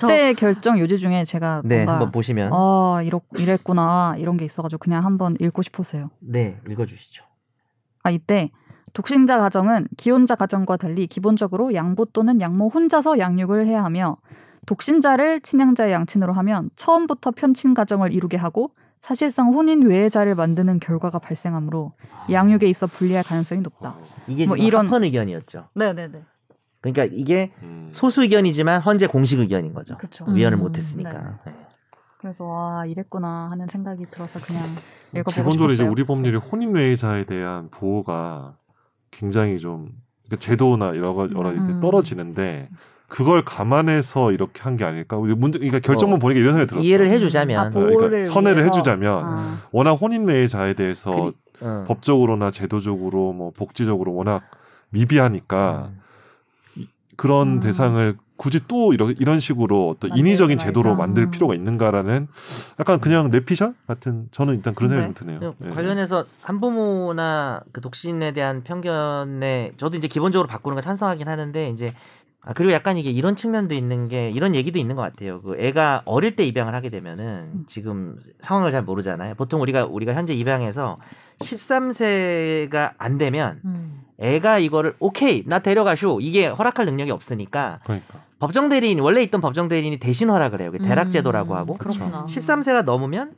그때 결정 요지 중에 제가
네, 한번
뭔가
보시면.
어, 이렇, 이랬구나 이런 게 있어가지고 그냥 한번 읽고 싶었어요.
네, 읽어주시죠.
아 이때 독신자 가정은 기혼자 가정과 달리 기본적으로 양보 또는 양모 혼자서 양육을 해야 하며 독신자를 친양자의 양친으로 하면 처음부터 편친 가정을 이루게 하고 사실상 혼인 외애자를 만드는 결과가 발생하므로 양육에 있어 불리할 가능성이 높다.
이게
뭐
지금
이런-
합헌 의견이었죠.
네네네.
그러니까 이게
음.
소수 의견이지만 현재 공식 의견인 거죠.
그렇죠.
음.
위헌을 못했으니까. 네.
그래서 와 이랬구나 하는 생각이 들어서 그냥
음,
읽어보고
기본적으로 이제
싶었어요.
우리 법률이 혼인외의자에 대한 보호가 굉장히 좀 그러니까 제도나 여러 가지 여러 가지
음.
떨어지는데 그걸 감안해서 이렇게 한 게 아닐까? 우리 문제, 그러니까 결정문
어,
보니까 이런 생각이 들었어요.
이해를 해주자면
아, 보호를
그러니까 선회를
위해서.
해주자면
아. 그러니까.
워낙 혼인외의자에 대해서
그리- 어.
법적으로나 제도적으로 뭐 복지적으로 워낙 미비하니까
음.
그런
음.
대상을 굳이 또 이런 이런 식으로 어떤
만들지
인위적인 제도로
말자.
만들 필요가 있는가라는 약간 그냥 내피셜 같은 저는 일단 그런 생각이
네.
좀 드네요. 네.
음. 관련해서 한부모나 그 독신에 대한 편견에 저도 이제 기본적으로 바꾸는 거 찬성하긴 하는데 이제 아 그리고 약간 이게 이런 측면도 있는 게 이런 얘기도 있는 것 같아요. 그 애가 어릴 때 입양을 하게 되면은 지금 상황을 잘 모르잖아요. 보통 우리가 우리가 현재 입양해서 13세가 안 되면
음.
애가 이거를 오케이 나 데려가쇼 이게 허락할 능력이 없으니까
그러니까
법정 대리인 원래 있던 법정 대리인이 대신 허락을 해요. 그게 대락 제도라고
음,
하고
그렇구나.
13세가 넘으면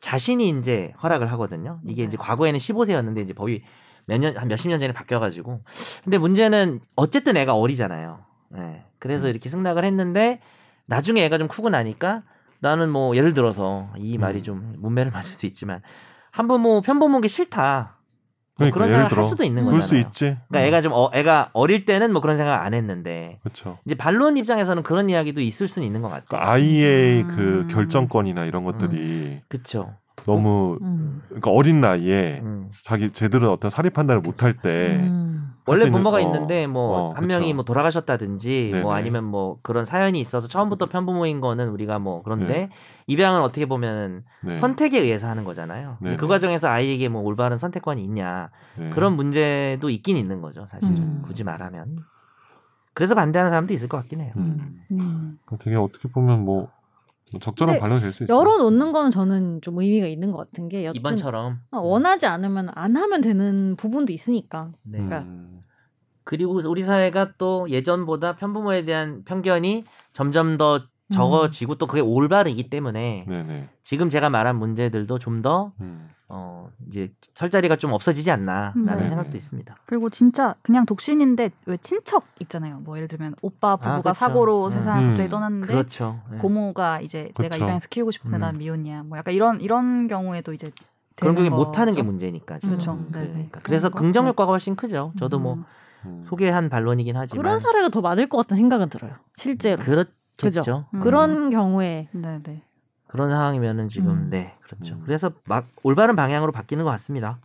자신이 이제 허락을 하거든요. 이게
네.
이제 과거에는 15세였는데 이제 법이 몇 년, 한 몇십 년 전에 바뀌어가지고. 근데 문제는 어쨌든 애가 어리잖아요. 예.
음.
그래서 이렇게 승낙을 했는데 나중에 애가 좀 크고 나니까 나는 뭐 예를 들어서 이 말이
음.
좀 문매를 맞을 수 있지만 한부모, 편부모인 게 싫다. 뭐
그러니까
그런
예를
생각을
들어
할 수도 있는 거잖아요.
그럴 수 있지. 음.
그러니까 애가 좀 어, 애가 어릴 때는 뭐 그런 생각 안 했는데
그렇죠.
이제 반론 입장에서는 그런 이야기도 있을 수는 있는 것 같아요.
그러니까 아이의
음.
그 결정권이나 이런 것들이
그렇죠.
너무
음.
그러니까 어린 나이에
음.
자기 제대로 어떤 사립 판단을 못할 때
네.
음.
할수
원래
있는-
부모가
어,
있는데 뭐
어,
한
그쵸.
명이 뭐 돌아가셨다든지
네네.
뭐 아니면 뭐 그런 사연이 있어서 처음부터 편부모인 거는 우리가 뭐 그런데 입양은 어떻게 보면
네.
선택에 의해서 하는 거잖아요.
네네.
그 과정에서 아이에게 뭐 올바른 선택권이 있냐
네.
그런 문제도 있긴 있는 거죠. 사실
음.
굳이 말하면 그래서 반대하는 사람도 있을 것 같긴 해요.
음.
음.
되게 어떻게 보면 뭐 적절한
근데
반론이 될 수 있어요.
열어놓는 거는 저는 좀 의미가 있는 것 같은 게 여튼
이번처럼
어, 원하지 않으면 안 하면 되는 부분도 있으니까.
네.
음.
그러니까.
그리고 우리 사회가 또 예전보다 편부모에 대한 편견이 점점 더 적어지고 또 그게 올바르기 때문에
네네.
지금 제가 말한 문제들도 좀더
음.
어 이제 설 자리가 좀 없어지지 않나라는
네.
생각도 있습니다.
그리고 진짜 그냥 독신인데 왜 친척 있잖아요. 뭐 예를 들면 오빠 부부가
그쵸.
사고로
음.
세상을
음.
갑자기 떠났는데
그렇죠. 예.
고모가 이제 내가
그쵸.
입양해서 키우고 싶은데
음.
난 미혼이야. 뭐 약간 이런 이런 경우에도 이제
그런
되는
게 못하는 게 뭐,
거죠.
문제니까 지금.
그렇죠.
음,
네네.
그러니까.
그런
그래서
거.
긍정
네.
효과가 훨씬 크죠. 저도 뭐
음.
음.
소개한 반론이긴 하지만
그런 사례가 더 많을 것 같다는 생각은 들어요. 실제로.
그렇겠죠.
그죠.
음.
그런 경우에
네네.
그런 상황이면은 지금
음.
네 그렇죠.
음.
그래서 막 올바른 방향으로 바뀌는 것 같습니다.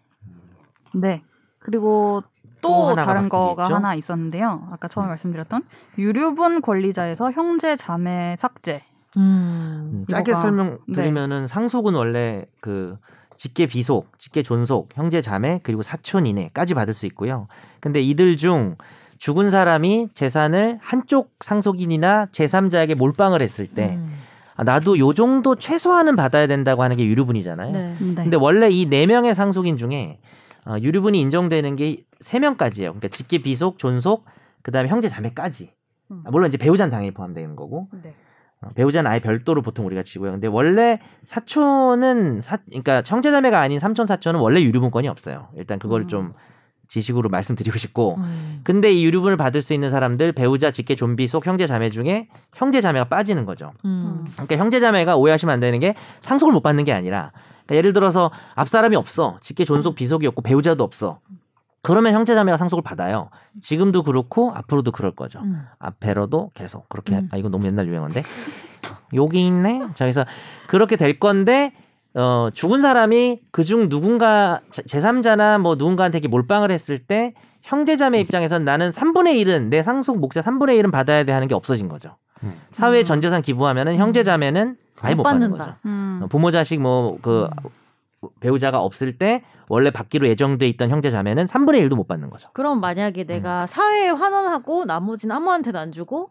네. 그리고
또
또
하나가
다른
바뀐 게
거가
있죠?
하나 있었는데요. 아까 처음에
음.
말씀드렸던 유류분 권리자에서 형제 자매 삭제.
음.
음, 짧게
이거가-
설명드리면은 상속은 원래 그 직계 비속, 직계 존속, 형제 자매 그리고 사촌 이내까지 받을 수 있고요. 근데 이들 중 죽은 사람이 재산을 한쪽 상속인이나 제3자에게 몰빵을 했을 때
음.
아, 나도 요 정도 최소한은 받아야 된다고 하는 게 유류분이잖아요.
네.
네.
근데 원래 이 네 명의 상속인 중에 어, 유류분이 인정되는 게 세 명까지예요. 그러니까 직계 비속, 존속, 그다음에 형제 자매까지.
음.
아, 물론 이제 배우자는 당연히 포함되는 거고
네.
어, 배우자는 아예 별도로 보통 우리가 지고요. 근데 원래 사촌은 사, 그러니까 형제자매가 아닌 삼촌 사촌은 원래 유류분권이 없어요. 일단 그걸
음.
좀 지식으로 말씀드리고 싶고.
음.
근데 이 유류분을 받을 수 있는 사람들 배우자 직계 좀비 속 형제자매 중에 형제자매가 빠지는 거죠.
음.
그러니까 형제자매가 오해하시면 안 되는 게 상속을 못 받는 게 아니라 그러니까 예를 들어서 앞 사람이 없어 직계 존속 비속이 없고 배우자도 없어. 그러면 형제자매가 상속을 받아요. 지금도 그렇고 앞으로도 그럴 거죠.
음.
앞에로도 계속 그렇게
음.
아 이거 너무 옛날 유행어인데 여기 있네 자 그래서 그렇게 될 건데 어 죽은 사람이 그중 누군가 제3자나 뭐 누군가한테 이렇게 몰빵을 했을 때 형제자매 입장에선 나는 3분의 1은 내 상속 몫의 3분의 1은 받아야 돼 하는 게 없어진 거죠
음.
사회 전 재산 기부하면은 형제자매는 아예
못
못 받는
받는다.
거죠
음.
부모 자식 뭐 그 배우자가 없을 때 원래 받기로 예정돼 있던 형제자매는 3분의 1도 못 받는 거죠
그럼 만약에
음.
내가 사회에 환원하고 나머지는 아무한테도 안 주고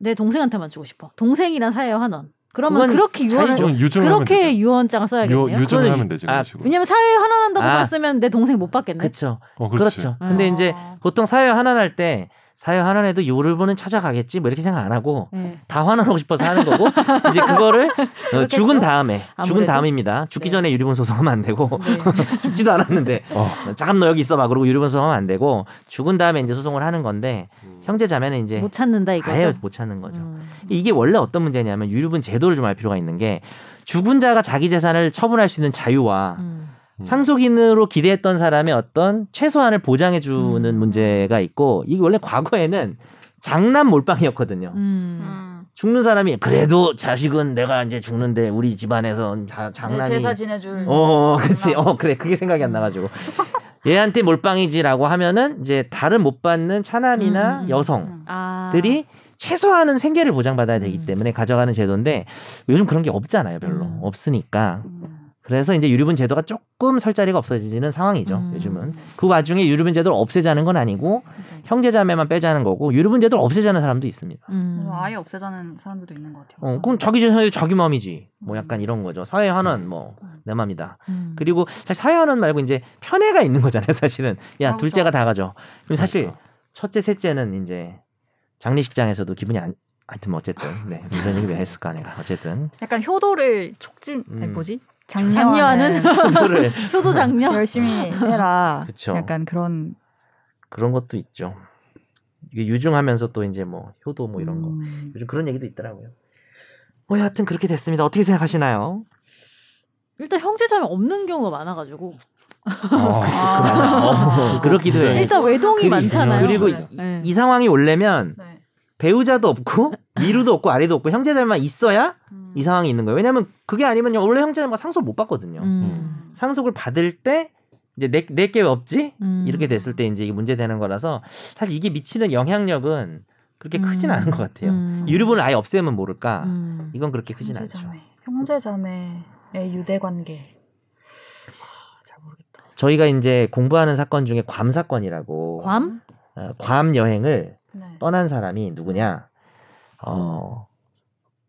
내 동생한테만 주고 싶어. 동생이랑 사회에 환원. 그러면
그건
그렇게 유언을
자유죠.
그건 유증을 하면
그렇게
되죠.
유언장을 써야겠네요.
유, 유증을
그거는
하면 되지.
아,
그런 식으로.
왜냐면 사회에 환원한다고
아.
봤으면 내 동생 못 받겠네.
그렇죠
아.
어, 그렇지.
그렇죠 근데
음.
이제 보통 사회 환원할 때 사회 환원해도 요를 보는 찾아가겠지 뭐 이렇게 생각 안 하고
네.
다 환원하고 싶어서 하는 거고 이제 그거를 어, 죽은 다음에
아무래도.
죽은 다음입니다.
네.
죽기 전에 유리분 소송하면 안 되고
네.
죽지도 않았는데 잠깐 너 여기 있어봐 그러고 유리분 소송하면 안 되고 죽은 다음에 이제 소송을 하는 건데 형제 자매는 이제
못 찾는다 이거죠.
예. 아예 못 찾는 거죠.
음.
이게 원래 어떤 문제냐면 유류분 제도를 좀 알 필요가 있는 게 죽은 자가 자기 재산을 처분할 수 있는 자유와
음.
상속인으로 기대했던 사람의 어떤 최소한을 보장해 주는
음.
문제가 있고 이게 원래 과거에는 장남 몰빵이었거든요.
음.
음.
죽는 사람이 그래도 자식은 내가 이제 죽는데 우리 집안에서
네,
자,
내 네,
장남이
제사 지내줄.
어,
음.
그치. 어, 그래. 그게 생각이 안 나가지고. 얘한테 몰빵이지라고 하면은 이제 다른 못 받는 차남이나
음.
여성
아.
들이 최소한은 생계를 보장받아야 되기
음.
때문에 가져가는 제도인데 요즘 그런 게 없잖아요 별로
음.
없으니까
네.
그래서 이제 유류분 제도가 조금 설 자리가 없어지는 상황이죠
음.
요즘은 그 와중에 유류분 제도를 없애자는 건 아니고
음.
형제자매만 빼자는 거고 유류분 제도를 없애자는 사람도 있습니다
음.
아예 없애자는 사람들도 있는 것 같아요. 그렇죠.
어, 그럼 자기 재산이 자기 마음이지 뭐 약간 이런 거죠 사회 환원 뭐
음.
내 맘이다.
음.
그리고 사실 사회 환원 말고 이제 편애가 있는 거잖아요, 사실은. 야,
아,
둘째가
그렇죠.
다 가져. 그럼 사실 첫째, 셋째는 이제 장례식장에서도 기분이 안 하여튼 뭐 어쨌든 네 이런 얘기 왜 했을까 내가 어쨌든
약간 효도를 촉진 아니
음.
뭐지?
장려하는?
효도를
효도 장려.
열심히 해라.
그쵸.
약간 그런
그런 것도 있죠. 이게 유중하면서 또 이제 뭐 효도 뭐 이런 거
음.
요즘 그런 얘기도 있더라고요. 뭐 여하튼 그렇게 됐습니다. 어떻게 생각하시나요?
일단 형제자매 없는 경우가 많아가지고
그, 어, 그렇기도
네.
해.
아. 일단 외동이
그리고-
많잖아요.
그리고
네. 네.
이 상황이 올려면
네.
배우자도 없고 미루도 없고 아래도 없고 형제들만 있어야
음.
이 상황이 있는 거예요. 왜냐면 그게 아니면 원래 형제들만 상속 못 받거든요.
음.
상속을 받을 때 이제 내 내 게 왜 없지?
음.
이렇게 됐을 때 이제 이게 문제되는 거라서 사실 이게 미치는 영향력은 그렇게 크진
음.
않은 것 같아요.
음.
유류분을 아예 없애면 모를까.
음.
이건 그렇게 크진 않죠.
형제자매. 형제자매의 유대 관계. 아, 잘 모르겠다.
저희가 이제 공부하는 사건 중에 괌 사건이라고
괌?
어, 괌 여행을
네.
떠난 사람이 누구냐? 어,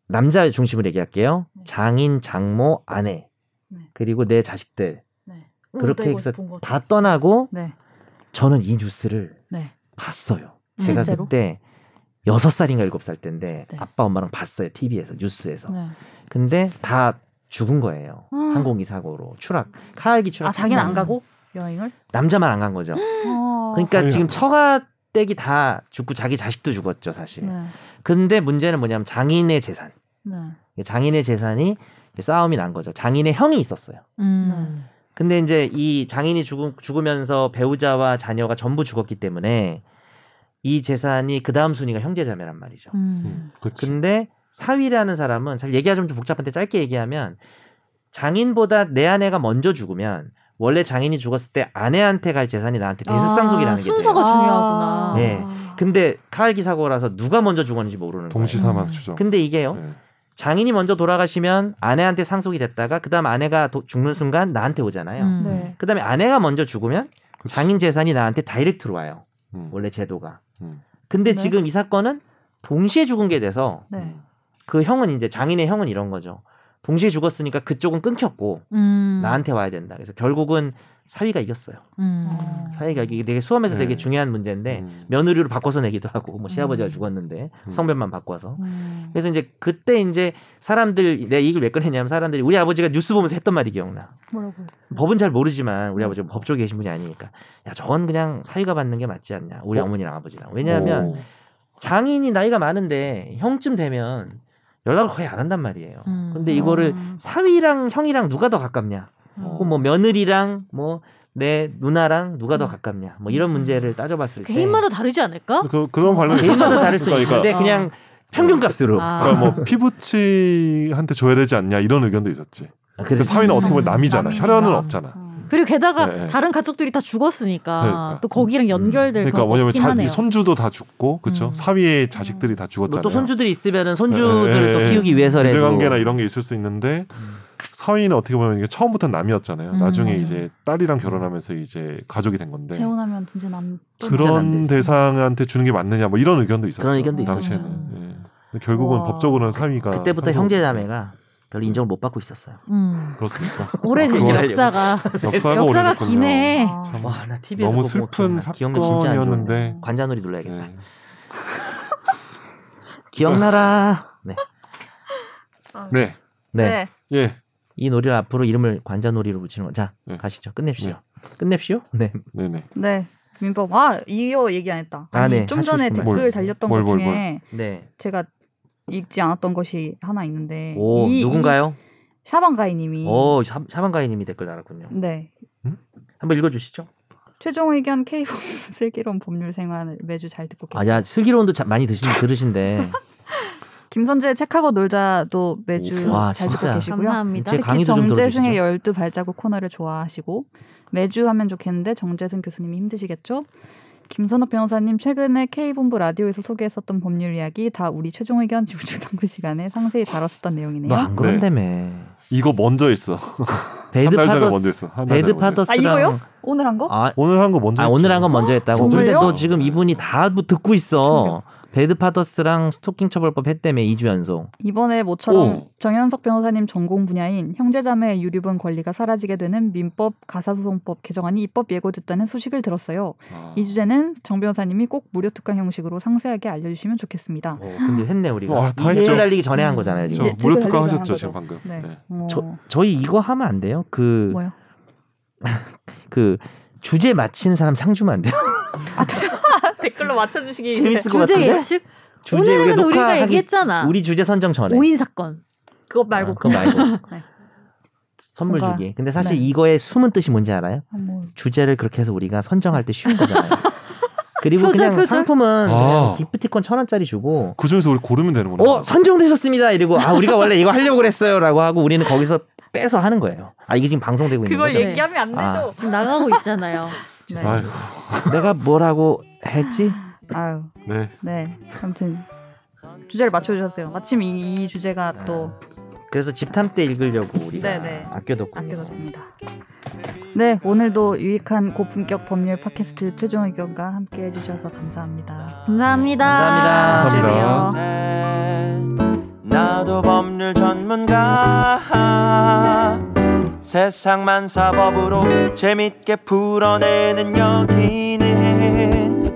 남자 중심으로 얘기할게요.
음. 네.
장인, 장모, 아내
네.
그리고 내 자식들
네.
그렇게
나 이거
해서
본것 같아.
다 떠나고
네.
저는 이 뉴스를
네.
봤어요. 제가
실제로?
그때 여섯 살인가 일곱 살 때인데
음, 네.
아빠 엄마랑 봤어요 TV에서 뉴스에서.
네.
근데 다 죽은 거예요.
아.
항공기 사고로 추락, 카약이 추락.
아, 자기는 안
음.
가고 여행을?
남자만 안 간 거죠.
어.
그러니까
사회가
지금
안
네.
처가댁이 다 죽고 자기 자식도 죽었죠 사실.
네.
근데 문제는 뭐냐면 장인의 재산.
네.
장인의 재산이 이제 싸움이 난 거죠. 장인의 형이 있었어요.
네.
음.
근데 이제 이 장인이 죽, 죽으면서 배우자와 자녀가 전부 죽었기 때문에 이 재산이 그 다음 순위가 형제자매란 말이죠.
음.
그치.
근데 사위라는 사람은 잘 얘기하자면 좀 복잡한데 짧게 얘기하면 장인보다 내 아내가 먼저 죽으면 원래 장인이 죽었을 때 아내한테 갈 재산이 나한테 대습상속이라는
아,
게
순서가
돼요.
중요하구나.
네.
아.
근데 카알기 사고라서 누가 먼저 죽었는지 모르는
동시
거예요.
사망
음.
추정.
근데 이게요.
네.
장인이 먼저 돌아가시면 아내한테 상속이 됐다가 그다음 아내가 도- 죽는 순간 나한테 오잖아요.
음.
네.
그다음에 아내가 먼저 죽으면
그치.
장인 재산이 나한테 다이렉트로 와요.
음.
원래 제도가.
음.
근데
네.
지금 이 사건은 동시에 죽은 게 돼서
네.
그 형은 이제 장인의 형은 이런 거죠. 동시에 죽었으니까 그쪽은 끊겼고
음.
나한테 와야 된다. 그래서 결국은 사위가 이겼어요.
음.
사위가 이게 되게 수험에서
네.
되게 중요한 문제인데
음.
며느리로 바꿔서 내기도 하고 뭐 시아버지가
음.
죽었는데
음.
성별만 바꿔서
음.
그래서 이제 그때 이제 사람들 내 이익을 왜 꺼냈냐면 사람들이 우리 아버지가 뉴스 보면서 했던 말이 기억나.
뭐라고?
법은 잘 모르지만 우리 아버지가 법 쪽에 계신 분이 아니니까 야 저건 그냥 사위가 받는 게 맞지 않냐 우리
어?
어머니랑 아버지랑 왜냐하면
오.
장인이 나이가 많은데 형쯤 되면 연락을 거의 안 한단 말이에요.
음.
근데 이거를
음.
사위랑 형이랑 누가 더 가깝냐?
음.
어.
혹은 뭐 며느리랑 뭐 내 누나랑 누가 더
음. 그
가깝냐? 뭐 이런 문제를
네.
따져봤을 때
개인마다 다르지 않을까?
네.
그 그런 관련
음. 아, 개인마다 다를 수
그러니까,
있는데
그러니까,
그냥 평균값으로
아.
그러니까 뭐 피부치한테 줘야 되지 않냐 이런 의견도 있었지.
아, 그래서 뭐
그 사위는 어떻게 보면
음.
남이잖아.
남이니까.
혈연은 없잖아.
음.
그리고 게다가
네, 네.
다른 가족들이 다 죽었으니까
그러니까.
또 거기랑 연결될
그러니까
것
뭐냐면
같긴
자,
네, 하네요.
이 손주도 다 죽고 그렇죠.
음.
사위의 자식들이 다
뭐
죽었잖아요.
또 손주들이 있으면은 손주들을
예,
또
예,
키우기 위해서라도
유대관계나 이런 게 있을 수 있는데
음.
사위는 어떻게 보면 이게 처음부터 남이었잖아요.
음.
나중에 이제 딸이랑 결혼하면서 이제 가족이 된 건데
재혼하면 진짜 남. 또
진짜 안
그런
되죠.
대상한테 주는 게 맞느냐 뭐 이런 의견도 있었죠.
그런 의견도
당시에는
있었죠.
예. 근데 결국은
우와.
법적으로는 사위가
그때부터
상속-
형제자매가 별로 인정을 못 받고 있었어요.
음.
그렇습니까?
오래된
그걸-
역사가
역사가
역사가
오래됐군요.
기네.
아,
참.
와 나
음.
TV에서 뭐
너무 슬픈
기억력 진짜 안 좋은데
사건이었는데
관자놀이 눌러야겠다.
네.
기억나라. 네.
네.
네.
예.
이 놀이를 앞으로 이름을 관자놀이로 붙이는 거. 자
네.
가시죠. 끝냅시오. 끝냅시오. 네.
네네.
네. 민법 아 이거 얘기 안 했다.
아,
아니,
네.
좀
하시고
전에
싶은
댓글
말씀.
달렸던
뭘,
것
뭘,
중에
네.
제가 읽지 않았던 것이 하나 있는데
오
이-
누군가요?
이 샤방가이님이
오 샤- 샤방가이님이 댓글 달았군요.
네
한번 읽어주시죠.
최종 의견 K 슬기로운 법률 생활 매주 잘 듣고 계세요.
아야 슬기로운도 참 많이 드신 들으신데
김선재의 책하고 놀자도 매주
와,
잘
진짜.
듣고 계시고요.
감사합니다.
제
특히
강의도 좀
정재승의
들어주시죠.
열두 발자국 코너를 좋아하시고 매주 하면 좋겠는데 정재승 교수님이 힘드시겠죠? 김선호 변호사님 최근에 K본부 라디오에서 소개했었던 법률 이야기 다 우리 최종 의견 지구촌 당구 시간에 상세히 다뤘었던 내용이네요.
너 안 그런다며.
이거 먼저 있어.
배드
한 달 전에 먼저
파더스.
있어. 한달 전에
배드
먼저 했어.
파더스랑
아, 이거요? 오늘 한 거?
아,
오늘 한 거 먼저.
아,
했죠.
오늘 한 건 먼저 했다고.
정말요?
근데 너 지금
네.
이분이 다 듣고 있어. 배드 파더스랑 스토킹 처벌법 했다며 2주 연속.
이번에 모처럼
오.
정현석 변호사님 전공 분야인 형제자매의 유류분 권리가 사라지게 되는 민법 가사소송법 개정안이 입법 예고됐다는 소식을 들었어요.
아.
이 주제는 정 변호사님이 꼭 무료 특강 형식으로 상세하게 알려주시면 좋겠습니다.
어, 근데 했네 우리가.
아, 다
이제
했죠.
달리기 전에 한 거잖아요.
이제
저
지금.
댓글
무료 특강
달리기
하셨죠
전에
지금
한
방금.
네.
네.
어,
저 저희 이거 하면 안 돼요? 그
뭐요?
그 주제 맞힌 사람 상 주면 안 돼요?
아, 댓글로 맞춰주시기.
재밌을 것
주제
같은데.
예측
주제
오늘은
녹화하기-
우리가 얘기했잖아.
우리 주제 선정 전에.
오인 사건.
그것
아, 그거 말고.
네.
선물
뭔가-
주기. 근데 사실
네.
이거의 숨은 뜻이 뭔지 알아요?
아, 뭐.
주제를 그렇게 해서 우리가 선정할 때 쉬운 거잖아요. 그리고
표절,
그냥
표절.
상품은
아.
그냥 기프티콘 천 원짜리 주고
그 중에서 우리 고르면 되는 거네.
어 선정되셨습니다 이러고 아 우리가 원래 이거 하려고 그랬어요라고 하고 우리는 거기서 빼서 하는 거예요. 아 이게 지금 방송되고 있는 거죠.
얘기-
안
아.
지금 나가고 있잖아요.
네.
아유,
내가 뭐라고 했지?
아유,
네.
네. 아무튼 주제를 맞춰주셨어요. 마침 이, 이 주제가 또
그래서 집탐 때 읽으려고 우리가
네, 네.
아껴뒀고
아껴뒀습니다. 네, 오늘도 유익한 고품격 법률 팟캐스트 최종 의견과 함께 해주셔서 감사합니다.
네, 감사합니다.
감사합니다. 네.
감사합니다.
나도 법률 전문가 세상만 사법으로 재밌게 풀어내는 여기는